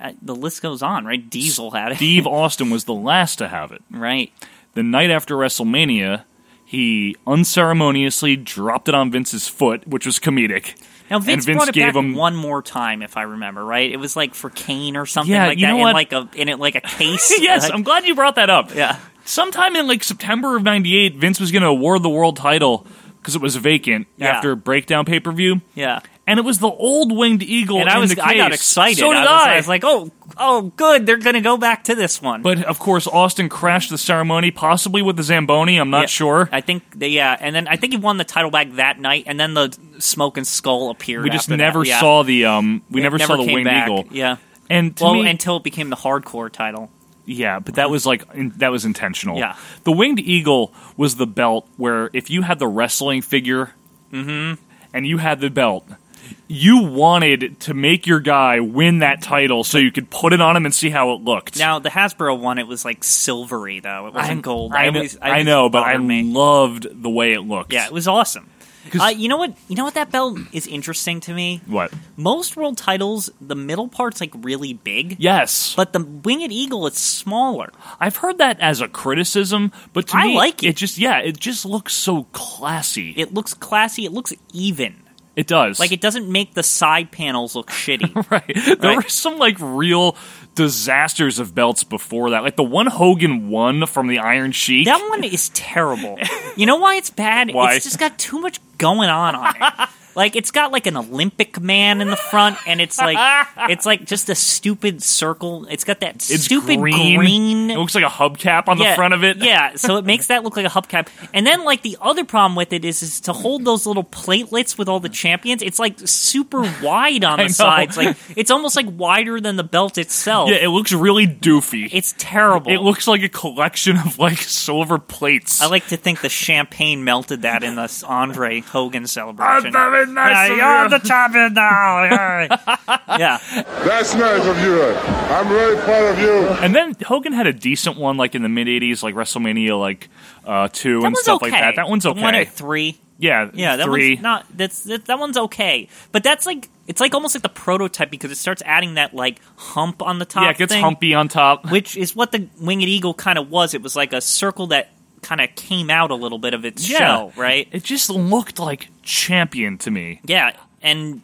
C: Uh, the list goes on, right? Diesel had it.
B: Steve Austin was the last to have it.
C: right.
B: The night after WrestleMania, he unceremoniously dropped it on Vince's foot, which was comedic. (laughs)
C: Now Vince,
B: and Vince
C: brought it
B: gave
C: back
B: him
C: one more time, if I remember right. It was like for Kane or something
B: Yeah,
C: like
B: you
C: that,
B: know
C: in
B: what?
C: like a in it like a (laughs) case.
B: yes,
C: Like-
B: I'm glad you brought that up.
C: Yeah.
B: Sometime in like September of 98, Vince was going to award the world title because it was vacant
C: Yeah.
B: after breakdown pay per view.
C: yeah.
B: And it was the old winged eagle.
C: And I
B: in
C: was
B: the
C: I got
B: case.
C: excited.
B: So did
C: I, was, I was like, oh, oh, good. They're gonna go back to this one.
B: but of course, Austin crashed the ceremony, possibly with the Zamboni. I'm not
C: Yeah.
B: sure.
C: I think they, yeah, and then I think he won the title back that night, and then the smoke and skull appeared.
B: We just
C: after that,
B: never
C: yeah.
B: saw the um. We
C: It
B: never, saw the
C: came
B: winged
C: back,
B: eagle.
C: Yeah.
B: And to
C: well,
B: me,
C: until it became the hardcore title.
B: Yeah, but that was like in, that was intentional.
C: Yeah.
B: the winged eagle was the belt where if you had the wrestling figure, Mm-hmm. and you had the belt, you wanted to make your guy win that title so you could put it on him and see how it looked.
C: Now the Hasbro one, it was like silvery though; it wasn't gold.
B: I,
C: always-
B: I
C: always
B: know, but I
C: bothered me.
B: loved the way it looked.
C: yeah, it was awesome. Uh, you know what? You know what? That belt is interesting to me.
B: What?
C: Most world titles, the middle part's like really big.
B: Yes.
C: But the winged eagle, it's smaller.
B: I've heard that as a criticism, but to
C: I
B: me,
C: like it.
B: It just yeah, it just looks so classy.
C: It looks classy. It looks even.
B: It does.
C: Like it doesn't make the side panels look
B: (laughs)
C: shitty.
B: right. There were some like real disasters of belts before that. Like the one Hogan won from the Iron Sheik.
C: That one is terrible. You know why it's bad?
B: Why?
C: It's just got too much going on on
B: (laughs)
C: it. Like it's got like an Olympic man in the front, and it's like
B: (laughs)
C: it's like just a stupid circle. It's got that
B: It's
C: stupid
B: green. (laughs)
C: green.
B: It looks like a hubcap on the
C: Yeah,
B: front of it.
C: yeah, so it makes that look like a hubcap. And then like the other problem with it is is to hold those little platelets with all the champions. It's like super wide
B: (laughs)
C: on
B: I know.
C: the sides. Like it's almost like wider than the belt itself.
B: Yeah, it looks really doofy.
C: It's terrible.
B: It looks like a collection of like silver plates.
C: I like to think the champagne melted that in this Andre Hogan
B: (laughs)
C: celebration.
B: very nice of
C: Yeah,
B: you.
C: you're the champion (laughs) now. Yeah. yeah.
Q: That's nice of you. I'm really proud of you.
B: And then Hogan had a decent one, like in the mid '80s, like WrestleMania, like uh, two
C: That
B: and
C: one's
B: stuff
C: okay.
B: like that. That one's
C: The
B: okay.
C: One at three.
B: yeah,
C: Yeah, that
B: three.
C: one's not. That's that, that one's okay, but that's like it's like almost like the prototype because it starts adding that like hump on the top.
B: yeah, it gets
C: thing,
B: humpy on top.
C: which is what the winged eagle kind of was. It was like a circle that kind of came out a little bit of its
B: Yeah.
C: shell, right?
B: It just looked like champion to me.
C: Yeah, and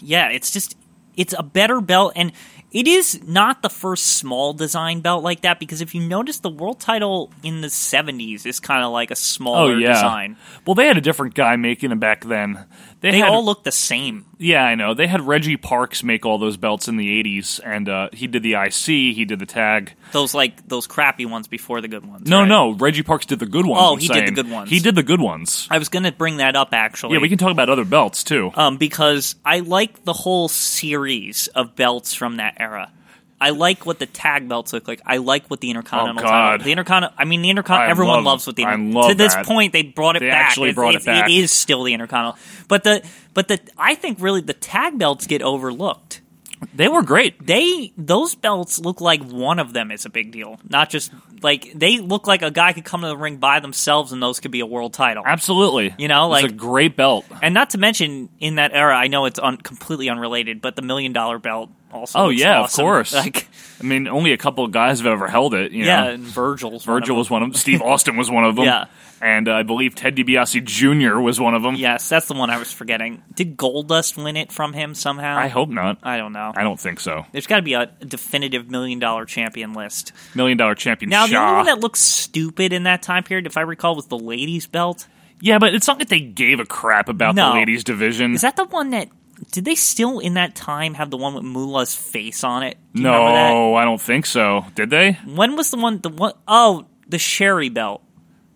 C: yeah, it's just it's a better belt, and it is not the first small design belt like that because if you notice, the world title in the seventies is kind of like a smaller
B: oh yeah.
C: design.
B: Well, they had a different guy making them back then. They,
C: They
B: had,
C: all look the same.
B: Yeah, I know. They had Reggie Parks make all those belts in the '80s, and uh, he did the IC, he did the tag.
C: Those like those crappy ones before the good ones.
B: No,
C: right?
B: no, Reggie Parks did the good ones.
C: Oh,
B: I'm
C: he did the
B: saying.
C: good ones.
B: He did the good ones.
C: I was going to bring that up actually.
B: Yeah, we can talk about other belts too.
C: um, because I like the whole series of belts from that era. I like what the tag belts look like. I like what the intercontinental
B: Oh, God.
C: title, the intercontinental. I mean, the
B: I
C: intercontinental. Everyone
B: love-
C: loves what the
B: I
C: intercontinental.
B: love
C: To this
B: that.
C: point, they brought it
B: They
C: back.
B: actually brought it back.
C: It is still the intercontinental, but the but the I think really the tag belts get overlooked.
B: They were great.
C: They those belts look like one of them is a big deal, not just like they look like a guy could come to the ring by themselves and those could be a world title.
B: Absolutely.
C: You know,
B: It's
C: like-
B: a great belt.
C: And not to mention, in that era, I know it's un- completely unrelated, but the million dollar belt also.
B: Oh
C: looks
B: yeah,
C: awesome.
B: of course.
C: Like,
B: I mean, only a couple of guys have ever held it. You
C: yeah,
B: know?
C: and Virgil's.
B: Virgil
C: one of
B: was one of them.
C: (laughs)
B: Steve Austin was one of them.
C: Yeah.
B: and uh, I believe Ted DiBiase Jr. was one of them.
C: them. Yes, that's the one I was forgetting. Did Goldust win it from him somehow?
B: I hope not.
C: I don't know.
B: I don't think so.
C: There's got to be a definitive million dollar champion list.
B: Million dollar champion.
C: Now, the
B: Shaw.
C: only one that looks stupid in that time period, if I recall, was the ladies' belt.
B: yeah, but it's not that they gave a crap about
C: No.
B: the ladies division.
C: Is that the one that? Did they still in that time have the one with Moolah's face on it? Do you remember that?
B: no, I don't think so. Did they?
C: When was the one? The one oh, the Sherry belt.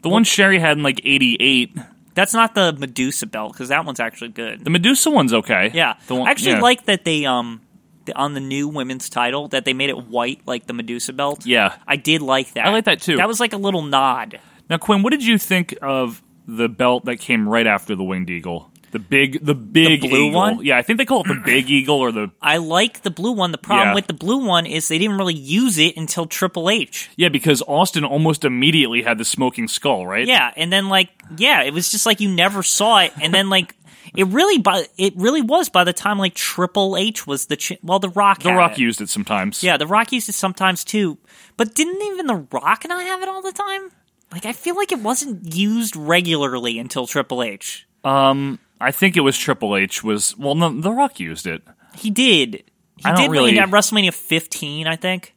B: The one Sherry had in like '88.
C: That's not the Medusa belt because that one's actually good.
B: The Medusa one's okay.
C: yeah,
B: the one,
C: I actually
B: yeah.
C: like that they um the, on the new women's title that they made it white like the Medusa belt.
B: Yeah.
C: I did like that.
B: I like that, too.
C: That was like a little nod.
B: Now, Quinn, what did you think of the belt that came right after the winged eagle? The big, the big
C: blue
B: eagle.
C: one?
B: Yeah, I think they call
C: (clears throat)
B: it the big eagle or the
C: I like the blue one. The problem
B: Yeah.
C: with the blue one is they didn't really use it until Triple H.
B: yeah because Austin almost immediately had the smoking skull, right?
C: Yeah, and then like yeah, it was just like you never saw it, and then like. It really, by it really was by the time like Triple H was the ch- well, the Rock,
B: The
C: had
B: Rock
C: it.
B: used it sometimes.
C: Yeah, The Rock used it sometimes too, but didn't even The Rock not have it all the time? Like, I feel like it wasn't used regularly until Triple H.
B: Um, I think it was Triple H was well, no, The Rock used it.
C: He did. He
B: I don't
C: did win
B: really-
C: at WrestleMania 15, I think.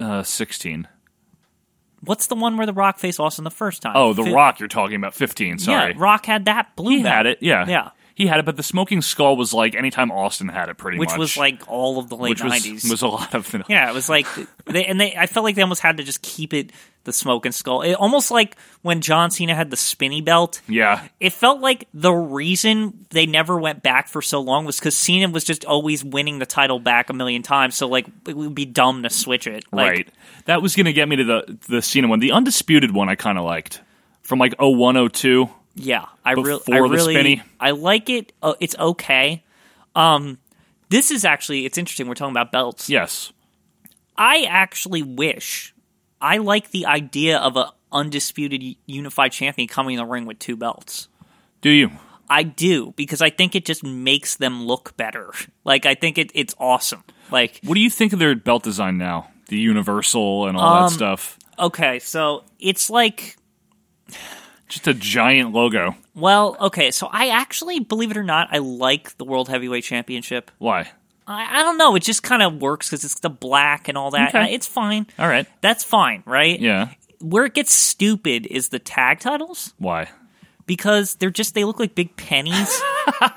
B: Uh, sixteen.
C: What's the one where The Rock faced Austin the first time?
B: Oh, The
C: Fi-
B: Rock. You're talking about fifteen. Sorry,
C: Yeah, Rock had that blue.
B: he had it. Yeah,
C: Yeah.
B: he had it. But the smoking skull was like anytime Austin had it, pretty
C: Which
B: much,
C: was like all of the late
B: which was,
C: 90s.
B: was a lot of the
C: Yeah, it was like they and they. I felt like they almost had to just keep it the smoke and skull. It almost like when John Cena had the spinny belt.
B: Yeah.
C: it felt like the reason they never went back for so long was because Cena was just always winning the title back a million times. So like it would be dumb to switch it. Like,
B: right. That was going to get me to the the Cena one. The undisputed one I kind of liked from like 0102.
C: Yeah, I, re- I
B: Before the
C: really
B: spinny?
C: I like it. Uh, it's okay. Um, this is actually it's interesting. We're talking about belts.
B: Yes.
C: I actually wish I like the idea of a undisputed unified champion coming in the ring with two belts.
B: Do you?
C: I do because I think it just makes them look better. Like I think it, it's awesome. Like
B: what do you think of their belt design now? The universal and all
C: Um,
B: that stuff.
C: Okay, so it's like
B: Just a giant logo.
C: well, okay, so I actually believe it or not, I like the World Heavyweight Championship.
B: Why?
C: I, I don't know. It just kind of works because it's the black and all that.
B: Okay.
C: It's fine.
B: All right.
C: That's fine, right?
B: Yeah.
C: Where it gets stupid is the tag titles
B: Why?
C: because they're just they look like
B: (laughs)
C: big pennies.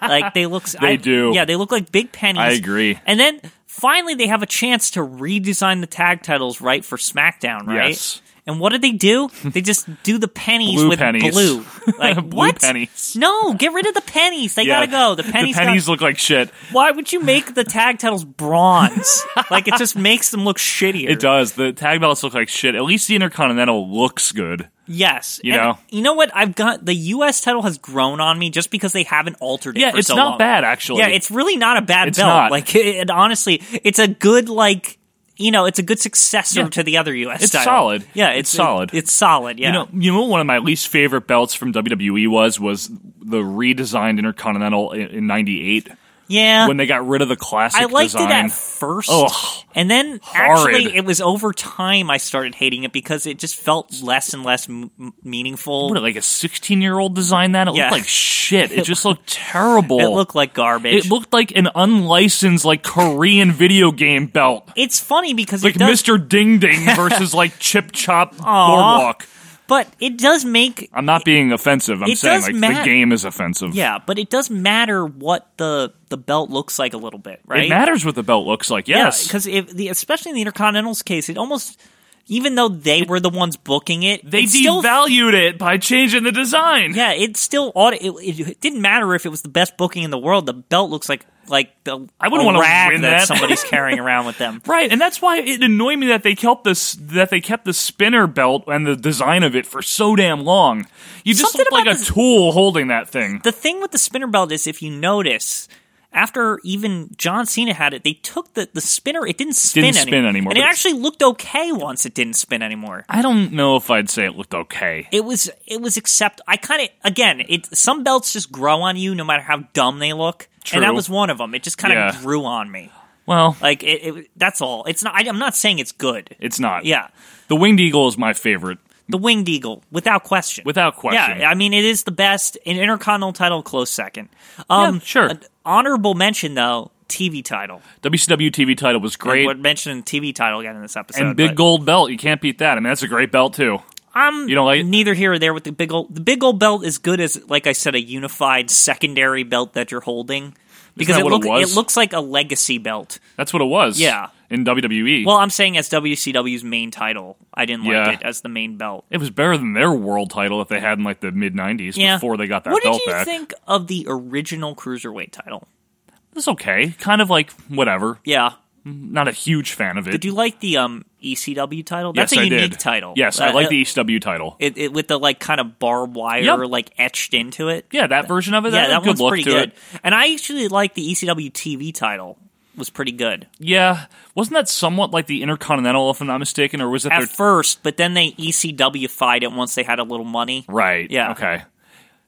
C: like they look.
B: They do.
C: Yeah, they look like big pennies.
B: I agree.
C: And then finally, they have a chance to redesign the tag titles right for SmackDown, right?
B: Yes.
C: And what did
B: (laughs)
C: they do? They just do the pennies
B: Blue
C: with
B: pennies. (laughs)
C: blue. Like
B: Blue
C: what?
B: pennies.
C: No, get rid of the pennies. They
B: Yeah.
C: gotta go. The pennies.
B: The
C: got-
B: pennies look like shit.
C: why would you make the tag titles bronze?
B: (laughs)
C: like it just makes them look shittier.
B: It does. The tag belts look like shit. At least the Intercontinental looks good.
C: Yes.
B: You
C: And
B: know.
C: You know what? I've got the U.S. title has grown on me just because they haven't altered it.
B: Yeah,
C: for
B: it's
C: so
B: not
C: long.
B: bad, actually.
C: Yeah, it's really not a bad
B: It's
C: belt.
B: not.
C: Like, it, it- honestly, it's a good like. You know, it's a good successor
B: Yeah.
C: to the other U.S.
B: It's
C: title.
B: solid.
C: Yeah,
B: It's
C: it's,
B: solid.
C: it's solid. Yeah.
B: You know, you know, what one of my least favorite belts from WWE was was the redesigned Intercontinental in- in '98
C: yeah.
B: when they got rid of the classic.
C: I liked
B: design.
C: it at first,
B: Ugh.
C: and then
B: Horrid.
C: actually, it was over time I started hating it because it just felt less and less m- m- meaningful.
B: What, like a 16 year old designed that? It
C: Yeah.
B: looked like shit. It just looked terrible.
C: It looked like garbage.
B: It looked like an unlicensed, like Korean video game belt,
C: it's funny because
B: like
C: it does,
B: Mister Ding
C: (laughs)
B: Ding versus like Chip Chop Boardwalk.
C: but it does make
B: I'm not being offensive. I'm
C: It
B: saying
C: does
B: like
C: mat-
B: the game is offensive.
C: yeah, but it does matter what the the belt looks like a little bit, right?
B: It matters what the belt looks like. Yes,
C: because if the especially in the Intercontinental's case, it almost even though they were the ones booking it,
B: they
C: it still
B: devalued it by changing the design.
C: yeah, it still ought it, it, it didn't matter if it was the best booking in the world. The belt looks like like the
B: I wouldn't
C: a
B: wanna
C: rag
B: win
C: that
B: that. (laughs)
C: somebody's carrying around with them.
B: Right, and that's why it annoyed me that they kept this that they kept the spinner belt and the design of it for so damn long. You just
C: Something
B: look like
C: about
B: a
C: this-
B: tool holding that thing.
C: The thing with the spinner belt is if you notice. After even John Cena had it, they took the, the spinner. It didn't spin
B: Didn't spin
C: any-
B: anymore,
C: And it
B: but-
C: actually looked okay once it didn't spin anymore.
B: I don't know if I'd say it looked okay.
C: It was it was accept. I kind of again. It some belts just grow on you no matter how dumb they look,
B: True.
C: and that was one of them. It just kind of
B: Yeah.
C: grew on me.
B: Well,
C: Like it, it. That's all. It's not. I, I'm not saying it's good.
B: it's not.
C: Yeah,
B: the winged eagle is my favorite
C: the winged eagle without question.
B: without question.
C: Yeah, I mean it is the best. An intercontinental title, close second. Um,
B: Yeah, sure.
C: an honorable mention though, TV title.
B: WCW TV title was great,
C: We're mentioning TV title again in this episode.
B: and big
C: but
B: gold belt. You can't beat that. I mean, that's a great belt too.
C: I'm
B: You don't like it?
C: neither here or there with the big old. The big old belt is good as, like I said, a unified secondary belt that you're holding because
B: that
C: it,
B: what it
C: look-
B: was?
C: looks like a legacy belt.
B: That's what it was.
C: Yeah.
B: in E. WWE.
C: Well, I'm saying as WCW's main title, I didn't like
B: Yeah.
C: it as the main belt.
B: it was better than their world title that they had in like the mid '90s
C: Yeah.
B: before they got that
C: What did
B: belt
C: you
B: back.
C: think of the original cruiserweight title?
B: It was okay, kind of like whatever.
C: Yeah.
B: Not a huge fan of it.
C: Did you like the um ECW title?
B: Yes,
C: That's a
B: I
C: unique
B: did.
C: title.
B: Yes, I
C: Uh,
B: like the ECW title.
C: it, it with the like kind of barbed wire
B: Yep.
C: like etched into it.
B: Yeah, that version of it.
C: yeah,
B: had a
C: that
B: good
C: one's
B: look
C: pretty
B: to
C: good.
B: It.
C: And I actually like the E ECW TV title was pretty good
B: Yeah, wasn't that somewhat like the Intercontinental, if I'm not mistaken, or was it
C: at
B: their
C: first, but then they ECW fied it once they had a little money.
B: right?
C: Yeah.
B: Okay.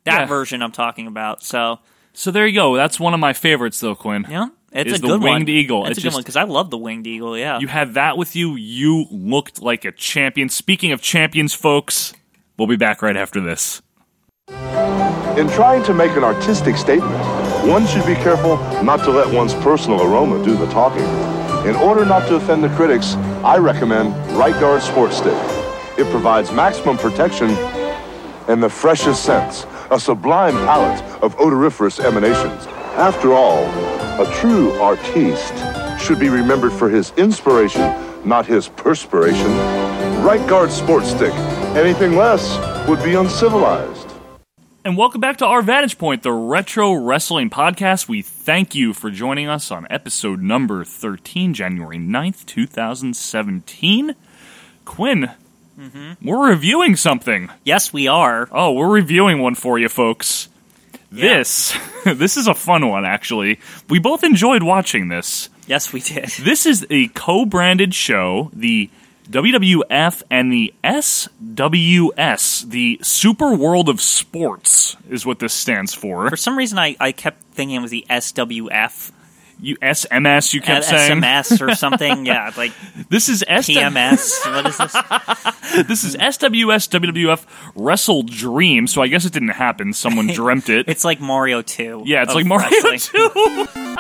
C: That
B: Yeah.
C: version I'm talking about. So
B: So there you go. That's one of my favorites, though, Quinn.
C: yeah, it's
B: Is
C: a
B: the
C: good one.
B: winged eagle. It
C: It's a good
B: just-
C: one because I love the winged eagle. Yeah,
B: You had that with you. You looked like a champion. Speaking of champions, folks, we'll be back right after this.
R: In trying to make an artistic statement, one should be careful not to let one's personal aroma do the talking. In order not to offend the critics, I recommend Right Guard Sports Stick. It provides maximum protection and the freshest scents, a sublime palette of odoriferous emanations. After all, a true artiste should be remembered for his inspiration, not his perspiration. Right Guard Sports Stick. Anything less would be uncivilized.
B: And welcome back to our Vantage Point, the Retro Wrestling Podcast. We thank you for joining us on episode number 13, January 9th, 2017. Quinn, we're reviewing something.
C: Yes, we are.
B: Oh, we're reviewing one for you, folks. This, (laughs) this is a fun one, actually. We both enjoyed watching this.
C: yes, we did. (laughs)
B: This is a co branded show, the WWF and the SWS, the Super World of Sports, is what this stands for.
C: For some reason, I, I kept thinking it was the SWF.
B: You SMS, you kept
C: Uh,
B: saying
C: SMS or something. yeah,
B: (laughs)
C: like
B: this is S-
C: PMS. what is this?
B: this is SWS WWF Wrestle Dream. So I guess it didn't happen.
C: (laughs)
B: Someone dreamt it.
C: It's like Mario Two. Oh,
B: Yeah, it's
C: of
B: like Mario
C: wrestling.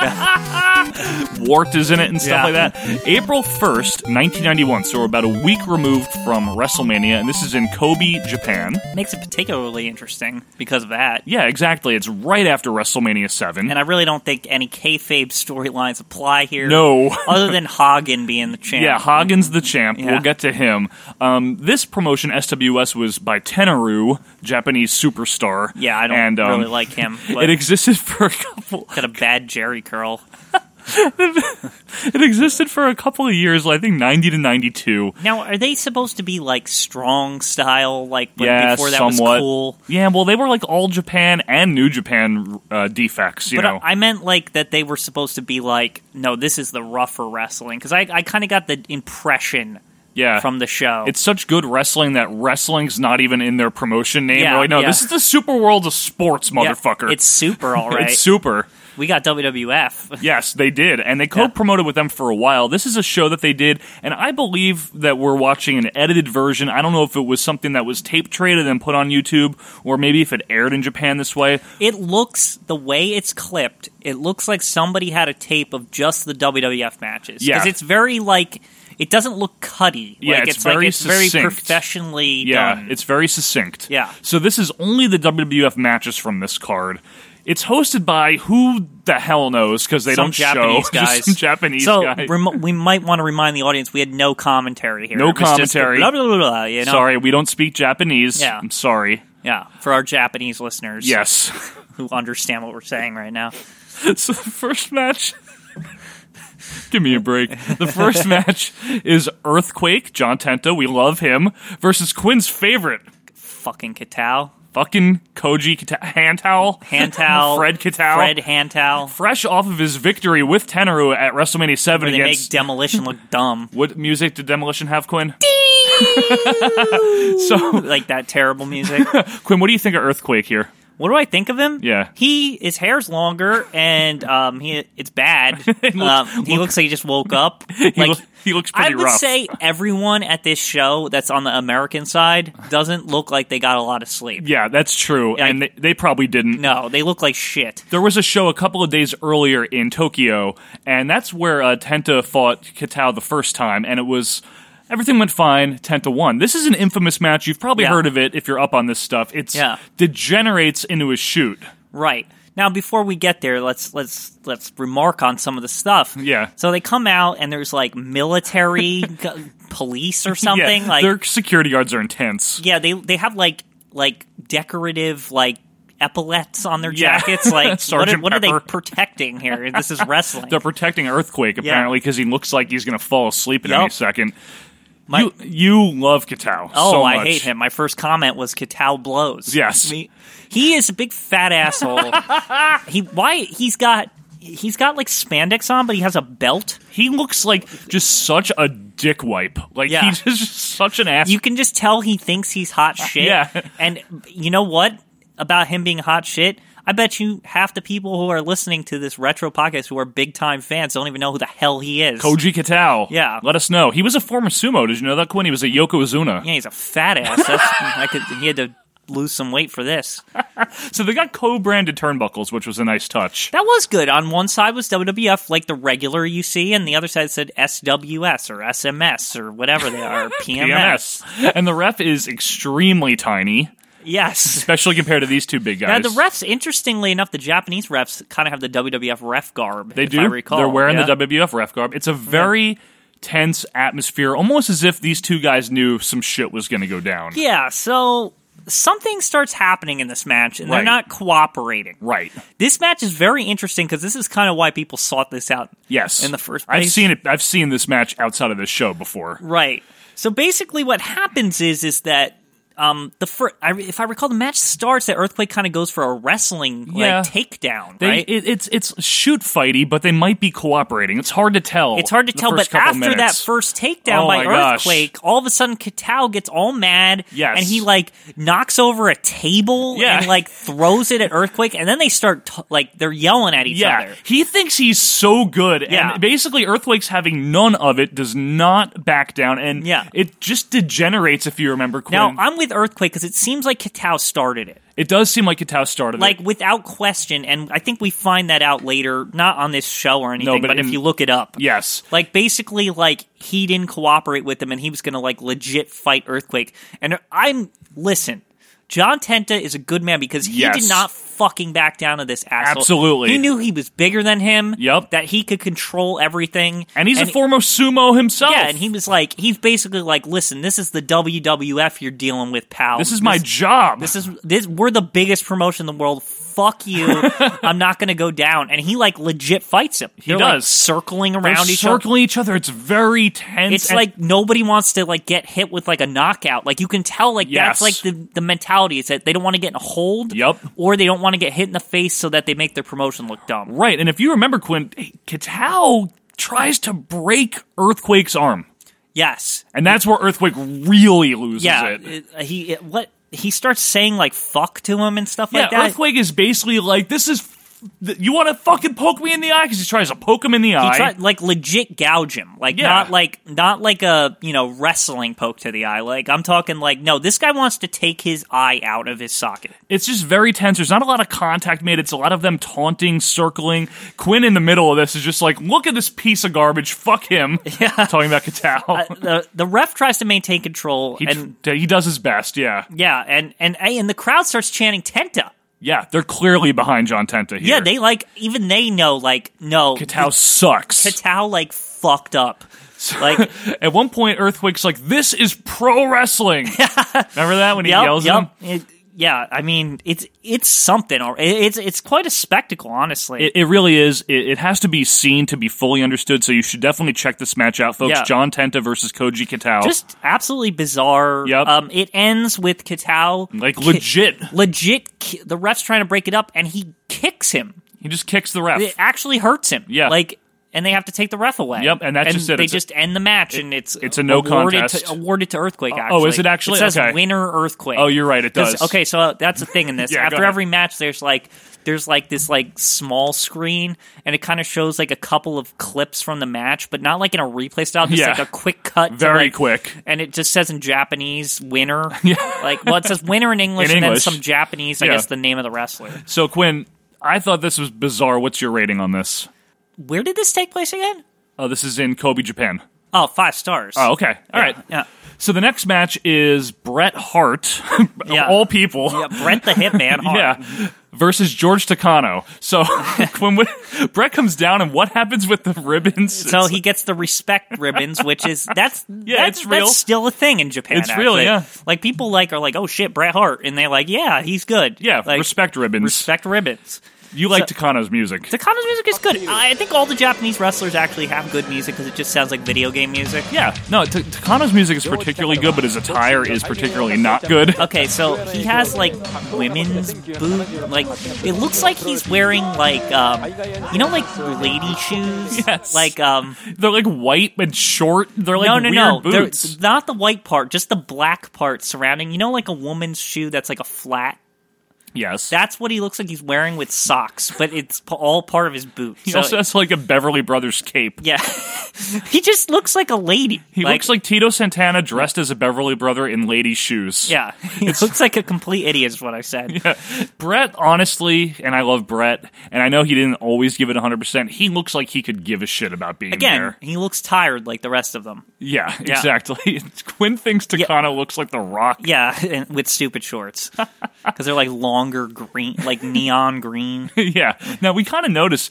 B: Warped is in it and stuff
C: Yeah.
B: like that. April 1st, 1991, so we're about a week removed from WrestleMania, and this is in Kobe, Japan.
C: Makes it particularly interesting because of that.
B: Yeah, exactly. It's right after WrestleMania 7.
C: And I really don't think any kayfabe storylines apply here.
B: No. (laughs)
C: other than Hagen being the champ.
B: Yeah, Hagen's the champ.
C: Yeah.
B: We'll get to him. Um, this promotion, SWS, was by Tenaru, Japanese superstar.
C: Yeah, I don't
B: and, um,
C: really like
B: (laughs)
C: him. But
B: It existed for a couple.
C: Got a bad Jerry curl.
B: It existed for a couple of years, I think ninety to ninety-two.
C: Now, are they supposed to be like strong style? Like but
B: yeah,
C: before that
B: somewhat.
C: was cool.
B: Yeah, well, they were like all Japan and New Japan uh, defects. You
C: but
B: know,
C: I I meant like that they were supposed to be like, no, this is the rougher wrestling because I, I kind of got the impression
B: yeah,
C: from the show.
B: It's such good wrestling that wrestling's not even in their promotion name.
C: Yeah,
B: They're like, no,
C: yeah.
B: this is the Super World of Sports,
C: Yeah,
B: motherfucker.
C: it's super, all
B: (laughs)
C: right.
B: it's super.
C: we got WWF.
B: Yes, they did, and they co-promoted with them for a while. This is a show that they did, and I believe that we're watching an edited version. I don't know if it was something that was tape traded and put on YouTube, or maybe if it aired in Japan this way.
C: It looks the way it's clipped. It looks like somebody had a tape of just the WWF matches.
B: Yeah.
C: it's very like it doesn't look cutty.
B: Yeah,
C: like,
B: it's
C: it's, like,
B: very
C: it's very
B: succinct.
C: professionally
B: Yeah,
C: done.
B: it's very succinct.
C: Yeah.
B: So this is only the WWF matches from this card. It's hosted by who the hell knows because they
C: some
B: don't
C: Japanese
B: show
C: guys.
B: (laughs) Just some Japanese
C: so
B: guy.
C: rem- we might want to remind the audience we had no commentary here.
B: No
C: It was just the
B: commentary.
C: blah, blah, blah, blah, you know?
B: Sorry, we don't speak Japanese.
C: Yeah.
B: I'm sorry.
C: Yeah, for our Japanese listeners.
B: Yes. (laughs)
C: who understand what we're saying right now.
B: so the first match. (laughs) Give me a break. The
C: (laughs)
B: first match is Earthquake, John Tenta, we love him, versus Quinn's favorite.
C: Fucking Katao.
B: Fucking Koji Kita- Hand towel.
C: Hand towel.
B: (laughs) Fred Katao.
C: Fred hand towel.
B: Fresh off of his victory with Tenaru at WrestleMania 7
C: Where they make
B: against.
C: demolition look
B: (laughs)
C: dumb.
B: what music did Demolition have,
C: (laughs)
B: Quinn? (laughs) so,
C: like that terrible music.
B: Quinn, what do you think of Earthquake here?
C: What do I think of him?
B: Yeah.
C: He his hair's longer and um he
B: (laughs)
C: it's bad. um, he looks like he just woke up. Like
B: he, loo- he looks pretty
C: I would
B: rough.
C: say everyone at this show that's on the American side doesn't look like they got a lot of sleep.
B: yeah, that's true. and they, they probably didn't.
C: No, they look like shit.
B: There was a show a couple of days earlier in Tokyo, and that's where uh, Tenta fought Kitao the first time, and it was. Everything went fine. Tenta won. This is an infamous match. You've probably
C: Yeah.
B: heard of it if you're up on this stuff. It's
C: Yeah.
B: degenerates into a shoot.
C: Right. Now before we get there, let's let's let's remark on some of the stuff.
B: Yeah.
C: So they come out and there's like military (laughs) g- police or
B: (laughs)
C: something
B: Yeah,
C: like
B: their security guards are intense.
C: yeah, they they have like like decorative like epaulets on their
B: Yeah. (laughs)
C: jackets like what, are,
B: Sergeant
C: what are they
B: Pepper.
C: protecting here?
B: (laughs)
C: This is wrestling.
B: They're protecting Earthquake apparently because he looks like he's going to fall asleep at
C: Yep.
B: any second.
C: My-
B: you you love Kitao.
C: Oh,
B: so
C: I
B: much.
C: hate him. My first comment was Katao blows.
B: Yes.
C: I mean, he is a big
B: (laughs)
C: fat asshole. he why he's got he's got like spandex on, but he has a belt.
B: He looks like just such a dick wipe. Like (laughs)
C: Yeah.
B: he's just such an ass.
C: You can just tell he thinks
B: (laughs)
C: he's hot shit.
B: Yeah.
C: And you know what about him being hot shit? I bet you half the people who are listening to this retro podcast who are big time fans don't even know who the hell he is.
B: Koji Katao.
C: Yeah.
B: Let us know. He was a former sumo. Did you know that, Quinn? He was a yokozuna.
C: Yeah, he's a fat ass. That's, (laughs) I could, he had to lose some weight for this.
B: So they got co-branded turnbuckles, which was a nice touch.
C: That was good. On one side was WWF, like the regular you see, and the other side said SWS or SMS or whatever
B: (laughs)
C: they are, PMS.
B: PMS. And the ref is extremely tiny, (laughs)
C: Yes.
B: especially compared to these two big guys.
C: Now the refs, interestingly enough, the Japanese refs kind of have the WWF ref garb.
B: They
C: if
B: do.
C: I recall.
B: They're wearing
C: yeah?
B: the WWF ref garb. It's a very tense atmosphere, almost as if these two guys knew some shit was going to go down.
C: Yeah, so something starts happening in this match, and
B: Right.
C: they're not cooperating.
B: Right.
C: This match is very interesting because this is kind of why people sought this out.
B: Yes.
C: In the first
B: I've
C: place.
B: seen it. I've seen this match outside of this show before.
C: Right. So basically, what happens is is that um, the fir- I, if I recall, the match starts that Earthquake kind of goes for a wrestling
B: Yeah.
C: like takedown,
B: They,
C: right?
B: it, it's it's shoot fighty, but they might be cooperating. It's hard to tell.
C: It's hard to
B: the
C: tell,
B: first
C: but
B: couple
C: after that
B: minutes.
C: first takedown
B: Oh
C: by
B: my gosh.
C: Earthquake, all of a sudden Katao gets all mad,
B: Yes.
C: and he like knocks over a table
B: Yeah.
C: and like throws it at Earthquake, and then they start t- like they're yelling at each
B: yeah,
C: other.
B: he thinks he's so good, and basically Earthquake's having none of it, does not back down, and yeah. it just degenerates. If you remember, Quinn.
C: Now I'm with Earthquake because it seems like Katao started it,
B: it does seem like Katao started
C: like
B: it.
C: without question, and I think we find that out later, not on this show or anything,
B: but
C: but,
B: in-
C: if you look it up,
B: yes,
C: like basically like he didn't cooperate with them and he was gonna like legit fight earthquake and i'm listen john tenta is a good man because he
B: Yes.
C: did not fucking back down to this asshole
B: Absolutely.
C: he knew he was bigger than him
B: Yep.
C: that he could control everything
B: And he's a former sumo himself
C: yeah and he was like he's basically like listen this is the wwf you're dealing with pal
B: This is my job
C: this is this we're the biggest promotion in the world
B: (laughs)
C: fuck you i'm not gonna go down and he like legit fights him
B: He
C: They're, like,
B: does
C: circling
B: They're
C: around each other
B: circling each other. It's very tense.
C: it's
B: and-
C: like nobody wants to like get hit with like a knockout. Like you can tell like
B: Yes.
C: that's like the, the mentality is that they don't want to get in a hold.
B: Yep.
C: Or they don't want to get hit in the face so that they make their promotion look dumb.
B: Right, and if you remember, Quinn, Katao tries to break Earthquake's arm,
C: Yes.
B: and that's where Earthquake really loses
C: yeah.
B: it.
C: it- he it- what he starts saying like fuck to him and stuff
B: yeah,
C: like that.
B: Earthquake is basically like, this is. f- th- You want to fucking poke me in the eye? Because he tries to poke him in the
C: he
B: eye.
C: tried, like legit gouge him, like
B: Yeah.
C: not like not like a you know wrestling poke to the eye. Like I'm talking like no, this guy wants to take his eye out of
B: (laughs)
C: his socket.
B: it's just very tense. There's not a lot of contact made. It's a lot of them taunting, circling. Quinn in the middle of this is just like, look at this piece of garbage. Fuck
C: (laughs)
B: him. Yeah. Talking about Katao.
C: the the ref tries to maintain control,
B: he,
C: and
B: tr- he does his best, yeah.
C: yeah, and and and the crowd starts chanting Tenta.
B: Yeah, they're clearly behind John Tenta here.
C: Yeah, they like even they know like no
B: Katao sucks.
C: Katao like fucked up. Like
B: At one point, Earthquake's like, "This is pro
C: (laughs)
B: wrestling." Remember that when (laughs) he
C: yep,
B: yells at him?
C: yep. It- yeah, I mean it's it's something. al- it- It's it's quite a spectacle, honestly.
B: It, it really is. It, it has to be seen to be fully understood. So you should definitely check this match out, folks.
C: Yeah.
B: John Tenta versus Koji Katao.
C: just absolutely bizarre.
B: Yep.
C: Um, it ends with Katao
B: Like,
C: ki-
B: legit.
C: legit. Ki- the ref's trying to break it up, and he kicks him.
B: he just kicks the ref.
C: It actually hurts him.
B: Yeah.
C: like. And they have to take the ref away.
B: Yep, and that's just it.
C: They
B: It's a-
C: just end the match, and it's
B: it's a no
C: awarded
B: contest.
C: To, awarded to earthquake. Actually,
B: Oh, is it actually?
C: It says
B: Okay.
C: winner earthquake.
B: Oh, you're right, it
C: 'Cause-
B: does.
C: Okay, so uh, that's the thing in
B: (laughs)
C: this.
B: Yeah, go
C: After
B: ahead.
C: every match, there's like there's like this like small screen, and it kind of shows like a couple of clips from the match, but not like in a replay style. Just
B: Yeah.
C: like a quick cut. to,
B: Very
C: like,
B: quick.
C: and it just says in
B: (laughs)
C: Japanese "winner." Like, well, it says "winner" in English,
B: In
C: and
B: English.
C: then some Japanese. I
B: Yeah.
C: guess the name of the wrestler.
B: So Quinn, I thought this was bizarre. What's your rating on this?
C: Where did this take place again?
B: Uh, this is in Kobe, Japan.
C: Oh, five stars.
B: Oh, okay. all right.
C: Yeah.
B: So the next match is Bret Hart, (laughs) of
C: Yeah.
B: all people.
C: Yeah, Brent the Hitman. Hart.
B: Yeah. Versus George Takano.
C: (laughs)
B: So when we, Brett comes down, and what happens with the ribbons?
C: So he gets the respect ribbons, which is that's
B: (laughs) Yeah,
C: that's,
B: it's real.
C: that's still a thing in Japan.
B: It's real,
C: actually.
B: yeah.
C: Like people like are like, oh shit, Bret Hart, and they're like, yeah, he's good.
B: yeah,
C: like,
B: respect ribbons.
C: respect ribbons.
B: you like Takano's music.
C: Takano's music is good. I I think all the Japanese wrestlers actually have good music because it just sounds like video game music.
B: Yeah, no, Ta- Takano's music is particularly good, but his attire is particularly not good.
C: Okay, so he has like women's boot. Like it looks like he's wearing like um, you know, like lady
B: (laughs)
C: shoes.
B: Yes.
C: Like um,
B: They're like white and short. They're like
C: no, no,
B: weird
C: no. They're-
B: boots.
C: not the white part, just the black part surrounding. You know, like a woman's shoe that's like a flat.
B: Yes.
C: That's what he looks like he's wearing with socks, but it's p- all part of his boot.
B: He
C: So-
B: also has like a Beverly Brothers cape.
C: yeah, (laughs) he just looks like a lady.
B: He looks like Tito Santana dressed as a Beverly brother in lady shoes.
C: yeah,
B: (laughs)
C: he looks like a complete idiot. Is what I said.
B: Brett, honestly, and I love Brett, and I know he didn't always give it 100%. He looks like he could give a shit about being
C: Again,
B: there.
C: he looks tired like the rest of them.
B: Yeah, exactly. (laughs) Quinn thinks Takano looks like The Rock. (laughs)
C: Yeah, (laughs) and with stupid shorts (laughs) because they're like longer green, like neon green.
B: yeah. Now, we kind of notice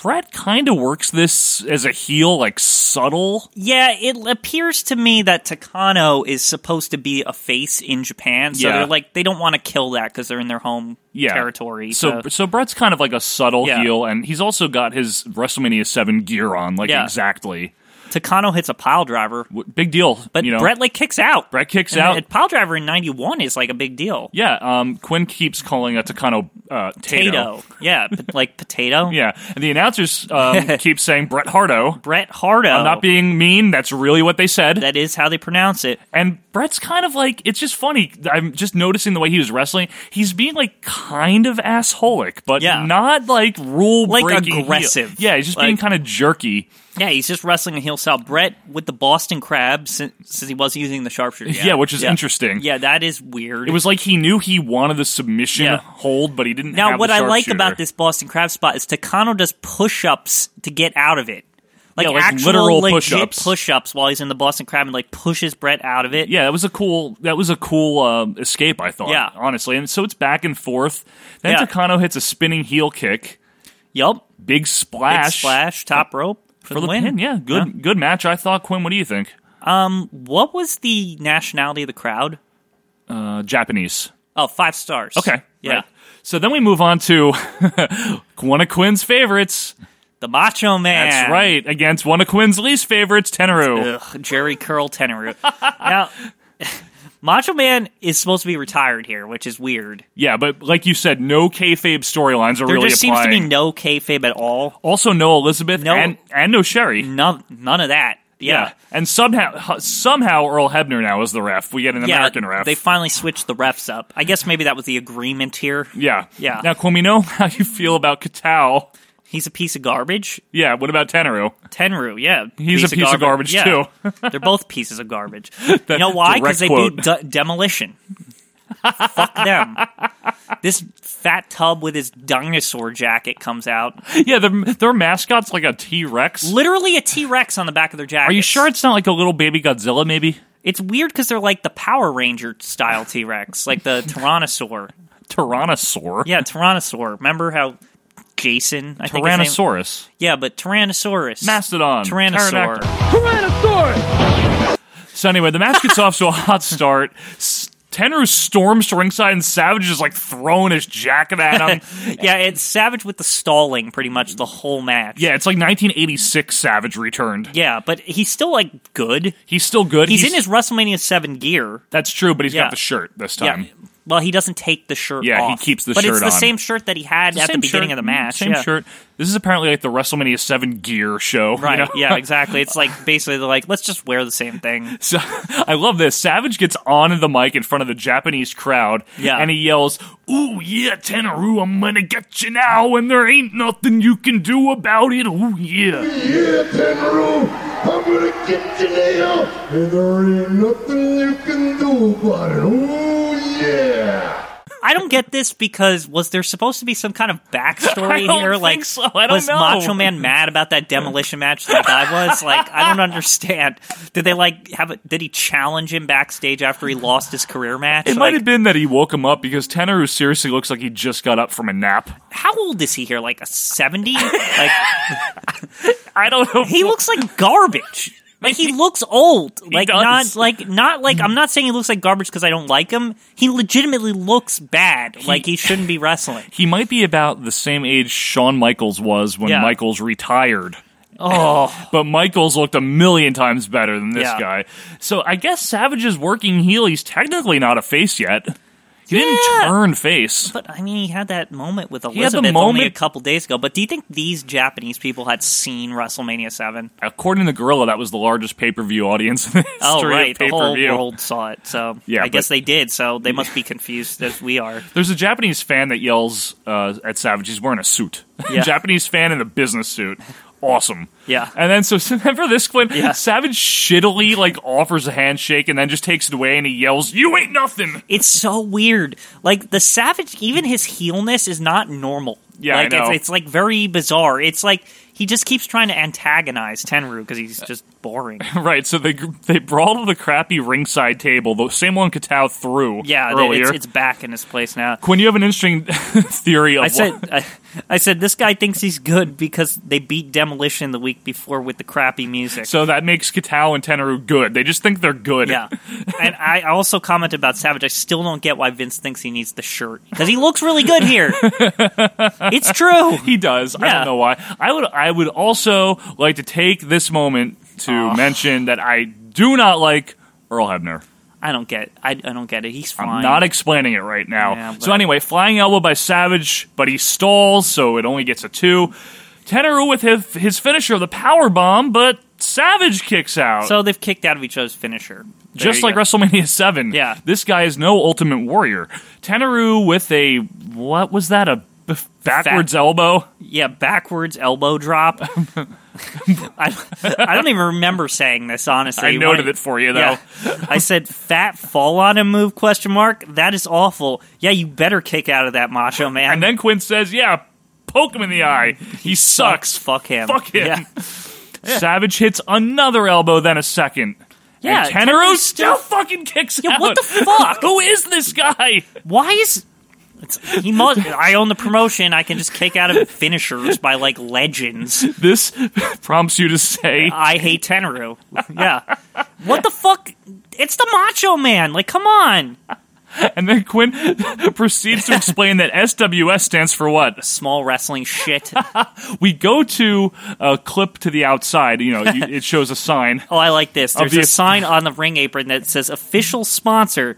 B: Brett kind of works this as a heel, like subtle.
C: Yeah, it appears to me that Takano is supposed to be a face in Japan, so
B: Yeah.
C: they're like they don't want to kill that because they're in their home
B: Yeah.
C: territory.
B: So,
C: So,
B: so Brett's kind of like a subtle
C: Yeah.
B: heel, and he's also got his WrestleMania 7 gear on, like
C: Yeah.
B: exactly.
C: Takano hits a pile driver.
B: Big deal.
C: But
B: you know.
C: Brett like kicks out.
B: Brett kicks
C: And
B: out.
C: a pile driver in 91 is like a big deal.
B: Yeah, um, Quinn keeps calling a Takano uh, Tato.
C: Tato. Yeah, but like
B: (laughs)
C: potato.
B: Yeah, and the announcers
C: (laughs)
B: um, keep saying Brett Hardo.
C: Brett Hardo.
B: I'm not being mean. That's really what they said.
C: That is how Oh. they pronounce it.
B: And Brett's kind of like it's just funny. I'm just noticing the way he was wrestling. He's being like kind of assholic, but
C: Yeah.
B: not like rule
C: Like
B: breaking heel.
C: aggressive.
B: Yeah, he's just being
C: Like-
B: kind of jerky.
C: Yeah, he's just wrestling a heel style. Brett with the Boston Crab since, since he wasn't using the sharpshooter. yet.
B: Yeah, which is interesting.
C: Yeah, that is weird.
B: It was like he knew he wanted the submission
C: Yeah.
B: hold, but he didn't.
C: Now,
B: have
C: what
B: the
C: I like
B: sharpshooter.
C: about this Boston Crab spot is Takano does push ups to get out of it. Like,
B: Yeah, like
C: actual
B: literal
C: legit
B: push-ups.
C: push-ups while he's in the Boston Crab and like pushes Brett out of it.
B: Yeah, that was a cool. That was a cool um, escape. I thought.
C: Yeah.
B: honestly, and so it's back and forth. Then
C: Yeah.
B: Takano hits a spinning heel kick,
C: Yup.
B: big splash,
C: Big splash, top rope
B: for,
C: for, the,
B: the
C: win.
B: pin. Yeah, good, good match. I thought. Quinn, what do you think?
C: Um, what was the nationality of the crowd?
B: Uh, Japanese.
C: Oh, five stars.
B: Okay.
C: Yeah.
B: right. So then we move on to (laughs) one of Quinn's favorites.
C: The Macho Man.
B: That's right. Against one of Quinn's least favorites, Tenru.
C: Ugh, Jerry Curl Tenru. (laughs) now, Macho Man is supposed to be retired here, which is weird.
B: Yeah, but like you said, no kayfabe storylines are
C: there
B: really
C: just
B: applying.
C: seems to be no kayfabe at all.
B: also, no Elizabeth and, and no Sherry.
C: None, none of that. Mm, Yeah.
B: And somehow, somehow Earl Hebner now is the ref. We get an
C: yeah,
B: American ref.
C: They finally switched the refs up. I guess maybe that was the agreement here.
B: yeah.
C: Yeah.
B: Now, Comino, (laughs) how you feel about Katao?
C: He's a piece of garbage.
B: Yeah. What about Tenru?
C: Tenru, yeah.
B: He's a piece of garbage,
C: Yeah. They're both pieces
B: (laughs)
C: of garbage. you know why?
B: direct
C: Because they
B: quote.
C: do de- demolition.
B: (laughs)
C: Fuck them. This fat tub with his dinosaur jacket comes out.
B: (laughs) Yeah, their, their mascot's like a T Rex.
C: Literally a T Rex on the back of their jacket.
B: Are you sure it's not like a little baby Godzilla, maybe?
C: It's weird because they're like the Power Ranger style T Rex,
B: (laughs)
C: like the Tyrannosaur.
B: Tyrannosaur?
C: Yeah, Tyrannosaur. Remember how Jason? I think his name-
B: Tyrannosaurus.
C: Yeah, but Tyrannosaurus.
B: Mastodon.
C: Tyrannosaur.
B: Pterodactyl. So anyway, the match gets off to a
C: (laughs)
B: hot start. S- Tenru storms to ringside and Savage is like throwing his jacket at him.
C: (laughs) yeah, it's Savage with the stalling pretty much the whole match.
B: yeah, it's like 1986 Savage returned.
C: Yeah, but he's still like good.
B: He's still good.
C: He's, in his WrestleMania 7 gear.
B: That's true, but he's
C: Yeah.
B: got the shirt this
C: Yeah.
B: time.
C: Well, he doesn't take the shirt
B: Yeah, he
C: off.
B: keeps the
C: but
B: shirt
C: But it's
B: on.
C: the same shirt that he had
B: The
C: at the
B: same
C: beginning
B: shirt,
C: of the match.
B: Same
C: yeah.
B: shirt. This is apparently like the WrestleMania 7 gear show. you
C: Right.
B: know? (laughs)
C: Yeah, exactly. It's like basically they're like, let's just wear the same thing.
B: So (laughs) I love this. Savage gets on the mic in front of the Japanese crowd,
C: Yeah.
B: and he yells, "Ooh yeah, Tenaru, I'm gonna get you now, and there ain't nothing you can do about it. Ooh yeah."
Q: Yeah, Tenru, I'm gonna get you now, and there ain't nothing you can do about it. Oh yeah.
C: I don't get this because was there supposed to be some kind of
B: (laughs)
C: backstory
B: I don't
C: here?
B: think
C: like,
B: so. I don't
C: was
B: know.
C: Macho Man mad about that demolition match like I was? Like, I don't understand. Did they like have? A, did he challenge him backstage after he lost his career match?
B: It
C: like,
B: might have been that he woke him up because Tenaru seriously looks like he just got up from a nap.
C: how old is he here? Like a seventy? Like
B: (laughs) I don't know.
C: he looks like garbage. Like he looks old. Like
B: does.
C: not like not like I'm not saying he looks like garbage because I don't like him. He legitimately looks bad. like he shouldn't be wrestling.
B: (laughs) He might be about the same age Shawn Michaels was when
C: Yeah.
B: Michaels retired.
C: Oh.
B: But Michaels looked a million times better than this
C: Yeah.
B: guy. So I guess Savage is working heel. He's technically not a face yet. He didn't
C: Yeah.
B: turn face.
C: But I mean, he had that moment with
B: had the
C: Elizabeth only
B: moment-
C: a couple days ago. But do you think these Japanese people had seen WrestleMania Seven?
B: According to Gorilla, that was the largest pay per view audience in the history
C: (laughs) Oh, right,
B: of
C: the
B: pay per
C: whole
B: view.
C: world saw it. So
B: (laughs) Yeah,
C: I guess
B: but-
C: they did. So they must be confused as
B: (laughs)
C: we are.
B: There's a Japanese fan that yells uh, at Savage. He's wearing a suit. (laughs)
C: Yeah.
B: Japanese fan in a business suit. Awesome.
C: Yeah.
B: And then so (laughs) remember this one,
C: Yeah.
B: Savage shittily like offers a handshake and then just takes it away and he yells, "You ain't nothing." (laughs)
C: It's so weird. Like the Savage, even his heelness is not normal.
B: Yeah, I
C: like
B: know.
C: It's, it's like very bizarre. It's like he just keeps trying to antagonize Tenru because
B: Uh,
C: he's just
B: (laughs)
C: boring.
B: Right, so they they brawl to the crappy ringside table, the same one Katao threw
C: Yeah, they-
B: earlier.
C: it's, it's back in his place now.
B: Quinn, you have an interesting (laughs) theory of
C: I
B: what-
C: said, I, I said, this guy thinks he's good because they beat Demolition the week before with the crappy music.
B: (laughs) so that makes Katao and Tenaru good. They just think they're good.
C: yeah, and I also commented about Savage. I still don't get why Vince thinks he needs the shirt because he looks really
B: (laughs)
C: good here. it's true.
B: He does. I
C: Yeah.
B: don't know why. I would I would also like to take this moment to mention that I do not like Earl Hebner.
C: I don't get. I, I don't get it. He's fine.
B: I'm not explaining it right now.
C: Yeah, but-
B: so anyway, flying elbow by Savage, but he stalls, so it only gets a two. Teneru with his, his finisher, the power bomb, but Savage kicks out.
C: So they've kicked out of each other's finisher. There
B: just
C: you
B: like
C: go.
B: WrestleMania Seven. Yeah, this guy is no Ultimate Warrior. Teneru with a what was that a b- backwards elbow?
C: Yeah, backwards elbow
B: (laughs)
C: drop. (laughs) I, I don't even remember saying this honestly.
B: I noted it for you, though.
C: Yeah. (laughs) I said fat fall on him move question mark. That is awful. Yeah, you better kick out of that macho man. And
B: then Quinn says, "Yeah, poke him in the
C: (laughs)
B: eye. He, sucks.
C: Fuck him.
B: Fuck him."
C: Yeah.
B: Savage hits another elbow, then a second.
C: Yeah,
B: and Teneru
C: Teneru's
B: still
C: still-
B: fucking kicks
C: Yeah,
B: out.
C: what the fuck?
B: Who is this guy?
C: Why is it's, he must? I own the promotion. I can just kick out of (laughs) finishers by like legends.
B: This (laughs) prompts you to say,
C: "I hate Teneru." Yeah. What the fuck? It's the Macho Man. Like, come on.
B: And then Quinn (laughs) proceeds to explain that SWS stands for what?
C: Small wrestling shit.
B: we go to a clip to the outside. You know, you, it shows a
C: (laughs)
B: sign.
C: Oh, I like this. There's
B: Obvious-
C: a sign on the ring apron that says "Official Sponsor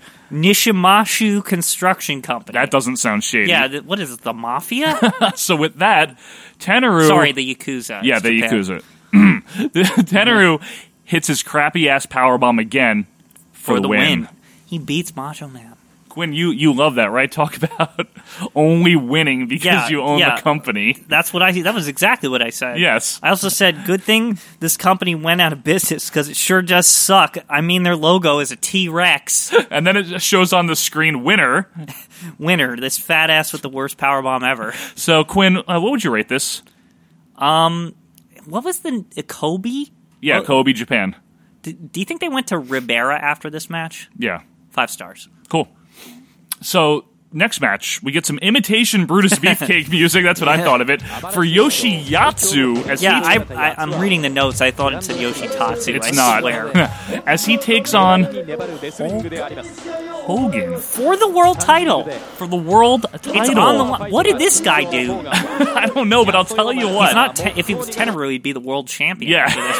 C: Nishimashu Construction Company."
B: That doesn't sound shady.
C: Yeah, th- what is it? The Mafia?
B: (laughs) so with that, Teneru.
C: Sorry, the Yakuza.
B: yeah,
C: It's
B: the
C: Japan.
B: Yakuza. (clears throat) The- Teneru hits his crappy ass powerbomb again for,
C: For the
B: win.
C: win. He beats Macho Man.
B: Quinn, you you love that, right? Talk (laughs) about only winning because
C: Yeah,
B: you own
C: yeah.
B: the company.
C: That's what I. That was exactly what I said.
B: (laughs) Yes.
C: I also said, good thing this company went out of business because it sure does suck. I mean, their logo is a T
B: (laughs)
C: Rex
B: And then it just shows on the screen winner.
C: winner. This fat ass with the worst power bomb ever.
B: So Quinn, uh, what would you rate this?
C: Um, what was the Kobe?
B: Yeah,
C: Oh.
B: Kobe Japan.
C: Do, do you think they went to Ribera after this match?
B: Yeah.
C: Five stars.
B: Cool. So next match, we get some imitation
C: (laughs)
B: Brutus Beefcake music. That's what I thought of it for Yoshiatsu. As
C: Yeah,
B: he
C: I, I, I'm reading the notes. I thought it said Yoshitatsu.
B: it's
C: I
B: not (laughs)
C: Swear.
B: as he takes on Hogan.
C: For the world title.
B: For the world
C: It's
B: title.
C: on the line. What did this guy do? (laughs)
B: I don't know, but I'll tell you what.
C: He's not te- if he was Teneru, he'd be the world champion.
B: Yeah.
C: after this,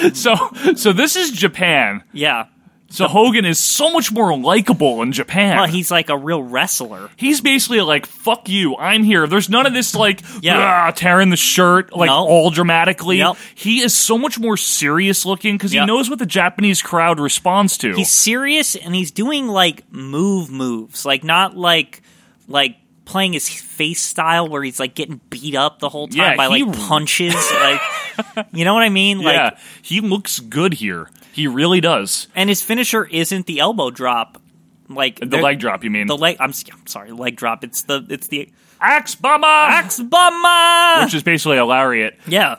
C: but
B: so, so this is Japan.
C: yeah.
B: So Hogan is so much more likable in Japan.
C: Well, he's like a real wrestler.
B: He's basically like, "Fuck you, I'm here." There's none of this like,
C: Yeah.
B: "Ah," tearing the shirt like
C: No.
B: all dramatically.
C: Yep.
B: He is so much more serious looking because he
C: Yep.
B: knows what the Japanese crowd responds to.
C: He's serious and he's doing like move moves, like not like like playing his face style where he's like getting beat up the whole time
B: Yeah,
C: by like
B: he-
C: punches.
B: (laughs)
C: like, you know what I mean? Like,
B: yeah, he looks good here. He really does.
C: and his finisher isn't the elbow drop, like
B: The
C: they're-
B: leg drop, you mean?
C: The leg. I'm, s- I'm sorry, leg drop. It's the it's the
B: axe bomber,
C: axe bomber.
B: which is basically a lariat.
C: yeah.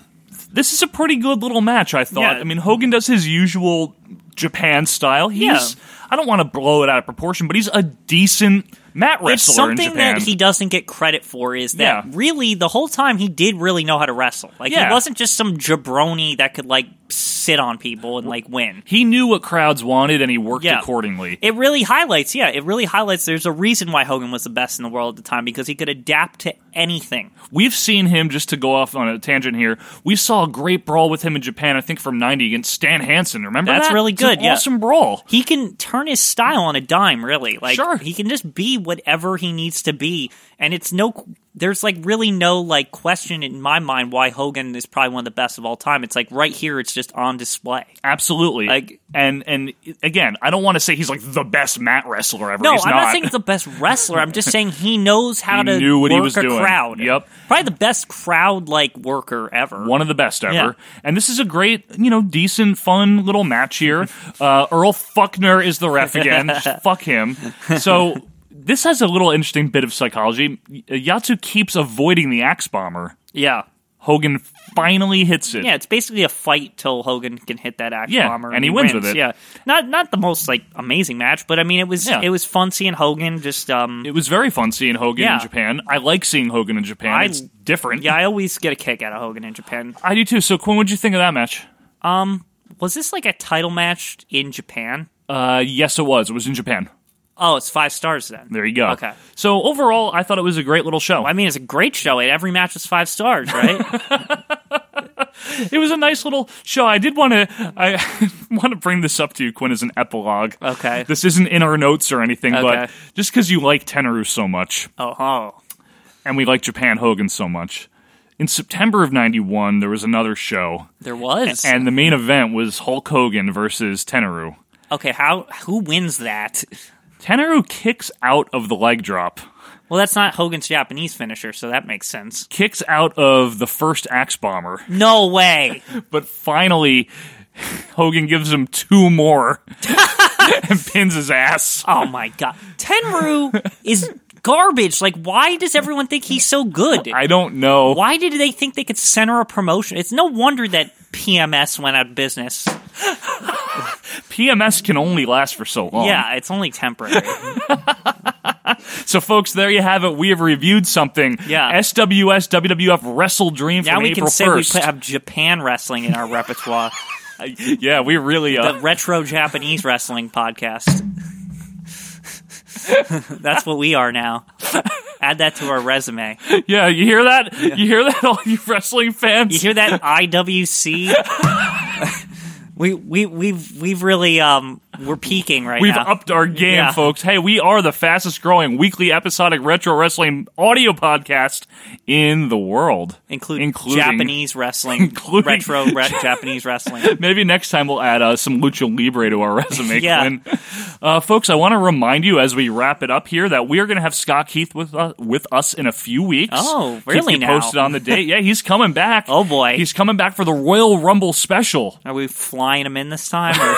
B: This is a pretty good little match, I thought.
C: Yeah.
B: I mean, Hogan does his usual Japan style. He's I don't want to blow it out of proportion, but he's a decent mat wrestler
C: It's something
B: in Japan.
C: that he doesn't get credit for is that
B: Yeah.
C: really the whole time he did really know how to wrestle. Like
B: Yeah.
C: he wasn't just some jabroni that could like sit on people and like win.
B: He knew what crowds wanted and he worked
C: Yeah.
B: accordingly.
C: It really highlights, yeah, it really highlights there's a reason why Hogan was the best in the world at the time because he could adapt to anything.
B: We've seen him, just to go off on a tangent here, we saw a great brawl with him in Japan, I think from 90 against Stan Hansen. Remember
C: That's
B: that?
C: really
B: It's an
C: good, yeah.
B: awesome brawl.
C: He can turn his style on a dime, really. Like
B: Sure.
C: he can just be whatever he needs to be and it's no there's like really no like question in my mind why Hogan is probably one of the best of all time. It's like right here it's just on display.
B: Absolutely.
C: Like-
B: and and again, I don't want to say he's like the best mat wrestler ever.
C: No,
B: he's
C: I'm
B: not.
C: not. saying he's the best wrestler. I'm just saying he (laughs) knows how
B: He
C: to
B: knew what he
C: work
B: was
C: a
B: doing.
C: crowd.
B: Yep.
C: probably the best crowd like worker ever.
B: one of the best ever.
C: Yeah.
B: And this is a great, you know, decent, fun little match
C: (laughs)
B: here. Uh, Earl Fuckner is the ref again. Just Fuck him. So this has a little interesting bit of psychology. Yatsu keeps avoiding the axe bomber.
C: yeah,
B: Hogan finally hits it.
C: yeah. It's basically a fight till Hogan can hit that axe
B: Yeah,
C: bomber,
B: and he wins with it.
C: Yeah, not not the most like amazing match, but I mean it was
B: Yeah.
C: it was fun seeing Hogan just um.
B: It was very fun seeing Hogan
C: Yeah.
B: in Japan. I like seeing Hogan in Japan.
C: I-
B: it's different.
C: yeah, I always get a kick out of Hogan in Japan.
B: I do too. So Quinn, what'd you think of that match?
C: Um, was this like a title match in Japan?
B: Uh, yes, it was. It was in Japan.
C: Oh, it's five stars then.
B: There you go.
C: Okay.
B: So overall, I thought it was a great little show.
C: (laughs) I mean, it's a great show. Every match was five stars, right?
B: It was a nice little show. I did want to I (laughs) want to bring this up to you, Quinn, as an epilogue.
C: Okay.
B: This isn't in our notes or anything, but
C: Okay.
B: just because you like Tenaru so much,
C: Oh, oh.
B: and we like Japan Hogan so much, in September of '91 there was another show,
C: There was.
B: and the main event was Hulk Hogan versus Tenaru.
C: okay, how who wins that?
B: Tenaru kicks out of the leg drop,
C: Well, that's not Hogan's Japanese finisher, so that makes sense.
B: kicks out of the first axe bomber,
C: No way.
B: but finally (laughs) Hogan gives him two more (laughs) and pins his ass.
C: Oh my god. Tenru is garbage. Like why does everyone think he's so good?
B: I don't know.
C: Why did they think they could center a promotion? It's no wonder that PMS went out of business.
B: PMS can only last for so long.
C: Yeah, it's only temporary.
B: So, folks, there you have it. We have reviewed something.
C: Yeah.
B: SWS WWF Wrestle Dream
C: now
B: from
C: we
B: April
C: can say
B: 1st.
C: we pla- have Japan wrestling in our
B: (laughs)
C: repertoire.
B: yeah, we really uh,
C: the retro Japanese wrestling
B: (laughs)
C: podcast. That's what we are now. Add that to our resume.
B: yeah. You hear that? You hear that, (laughs) all you wrestling fans?
C: You hear
B: (laughs)
C: that IWC? we we we've we've really um we're peaking right
B: We've
C: now.
B: upped our game,
C: Yeah.
B: folks. Hey, we are the fastest growing weekly episodic retro wrestling audio podcast in the world,
C: Include
B: including
C: Japanese
B: (laughs)
C: wrestling,
B: Including-
C: retro re- Japanese wrestling.
B: Maybe next time we'll add uh, some lucha libre to our (laughs) resume,
C: Yeah.
B: Quinn. Uh, folks, I want to remind you as we wrap it up here that we are going to have Scott Keith with us, with us in a few weeks.
C: Oh,
B: Keep
C: really
B: you
C: now?
B: Posted on the date. Yeah, he's coming back.
C: (laughs) Oh boy,
B: He's coming back for the Royal Rumble special. (laughs)
C: are we flying him in this time? Or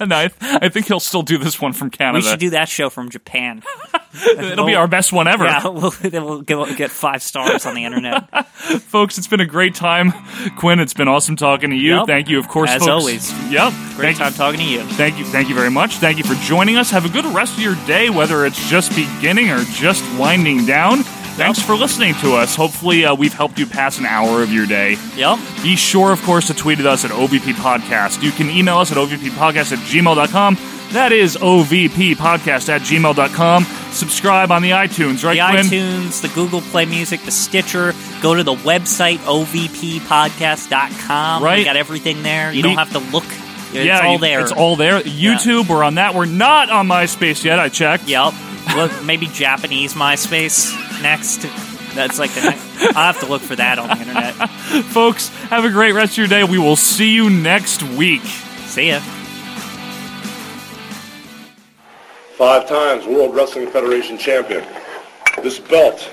B: And I, I think he'll still do this one from Canada.
C: we should do that show from Japan.
B: (laughs) It'll be our best one ever.
C: Yeah, we'll, then we'll (laughs) get, get five stars on the internet.
B: Folks, it's been a great time. Quinn, it's been awesome talking to you.
C: Yep.
B: Thank you, of course,
C: As
B: folks.
C: always.
B: Yep.
C: Great
B: Thank
C: time talking to you.
B: Thank you, thank you very much. Thank you for joining us. Have a good rest of your day, whether it's just beginning or just winding down. Thanks for listening to us. Hopefully, uh, we've helped you pass an hour of your day.
C: Yep.
B: Be sure, of course, to tweet at us at OVP Podcast. You can email us at OVPPodcast at gmail.com. That is OVP Podcast at gmail.com. Subscribe on the iTunes, right,
C: the
B: Quinn?
C: iTunes, the Google Play Music, the Stitcher. Go to the website, ovppodcast.com.
B: Right.
C: We got everything there. You
B: We-
C: don't have to look. It's
B: yeah,
C: all
B: you-
C: there.
B: It's all there. YouTube, we're on that. We're not on MySpace yet. I checked.
C: Yep. Look, maybe Japanese MySpace next. That's like the next. I'll have to look for that on the
B: (laughs)
C: internet.
B: (laughs) Folks, have a great rest of your day. We will see you next week.
C: See ya.
S: Five times World Wrestling Federation champion. This belt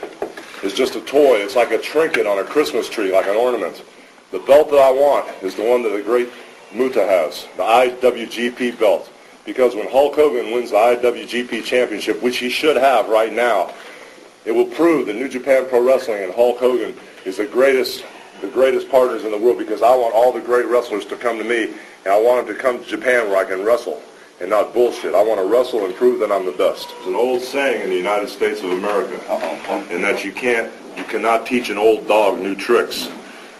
S: is just a toy. It's like a trinket on a Christmas tree, like an ornament. The belt that I want is the one that the great Muta has, the IWGP belt. Because when Hulk Hogan wins the IWGP championship, which he should have right now, it will prove that New Japan Pro Wrestling and Hulk Hogan is the greatest, the greatest partners in the world because I want all the great wrestlers to come to me and I want them to come to Japan where I can wrestle and not bullshit. I want to wrestle and prove that I'm the best. It's an old saying in the United States of America and that you can't, you cannot teach an old dog new tricks.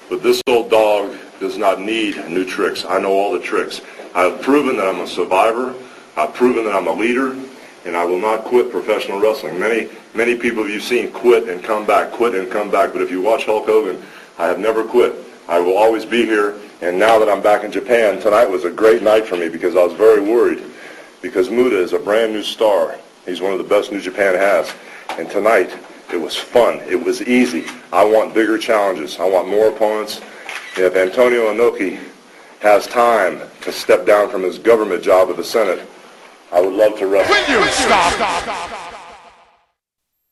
S: But this old dog does not need new tricks. I know all the tricks. I've proven that I'm a survivor. I've proven that I'm a leader, and I will not quit professional wrestling. Many, many people you've seen quit and come back, quit and come back. But if you watch Hulk Hogan, I have never quit. I will always be here. And now that I'm back in Japan, tonight was a great night for me because I was very worried because Muda is a brand new star. He's one of the best New Japan has. And tonight, it was fun. It was easy. I want bigger challenges. I want more opponents. If Antonio Inoki has time to step down from his government job of the Senate, I would love to wrestle.
K: Will you stop?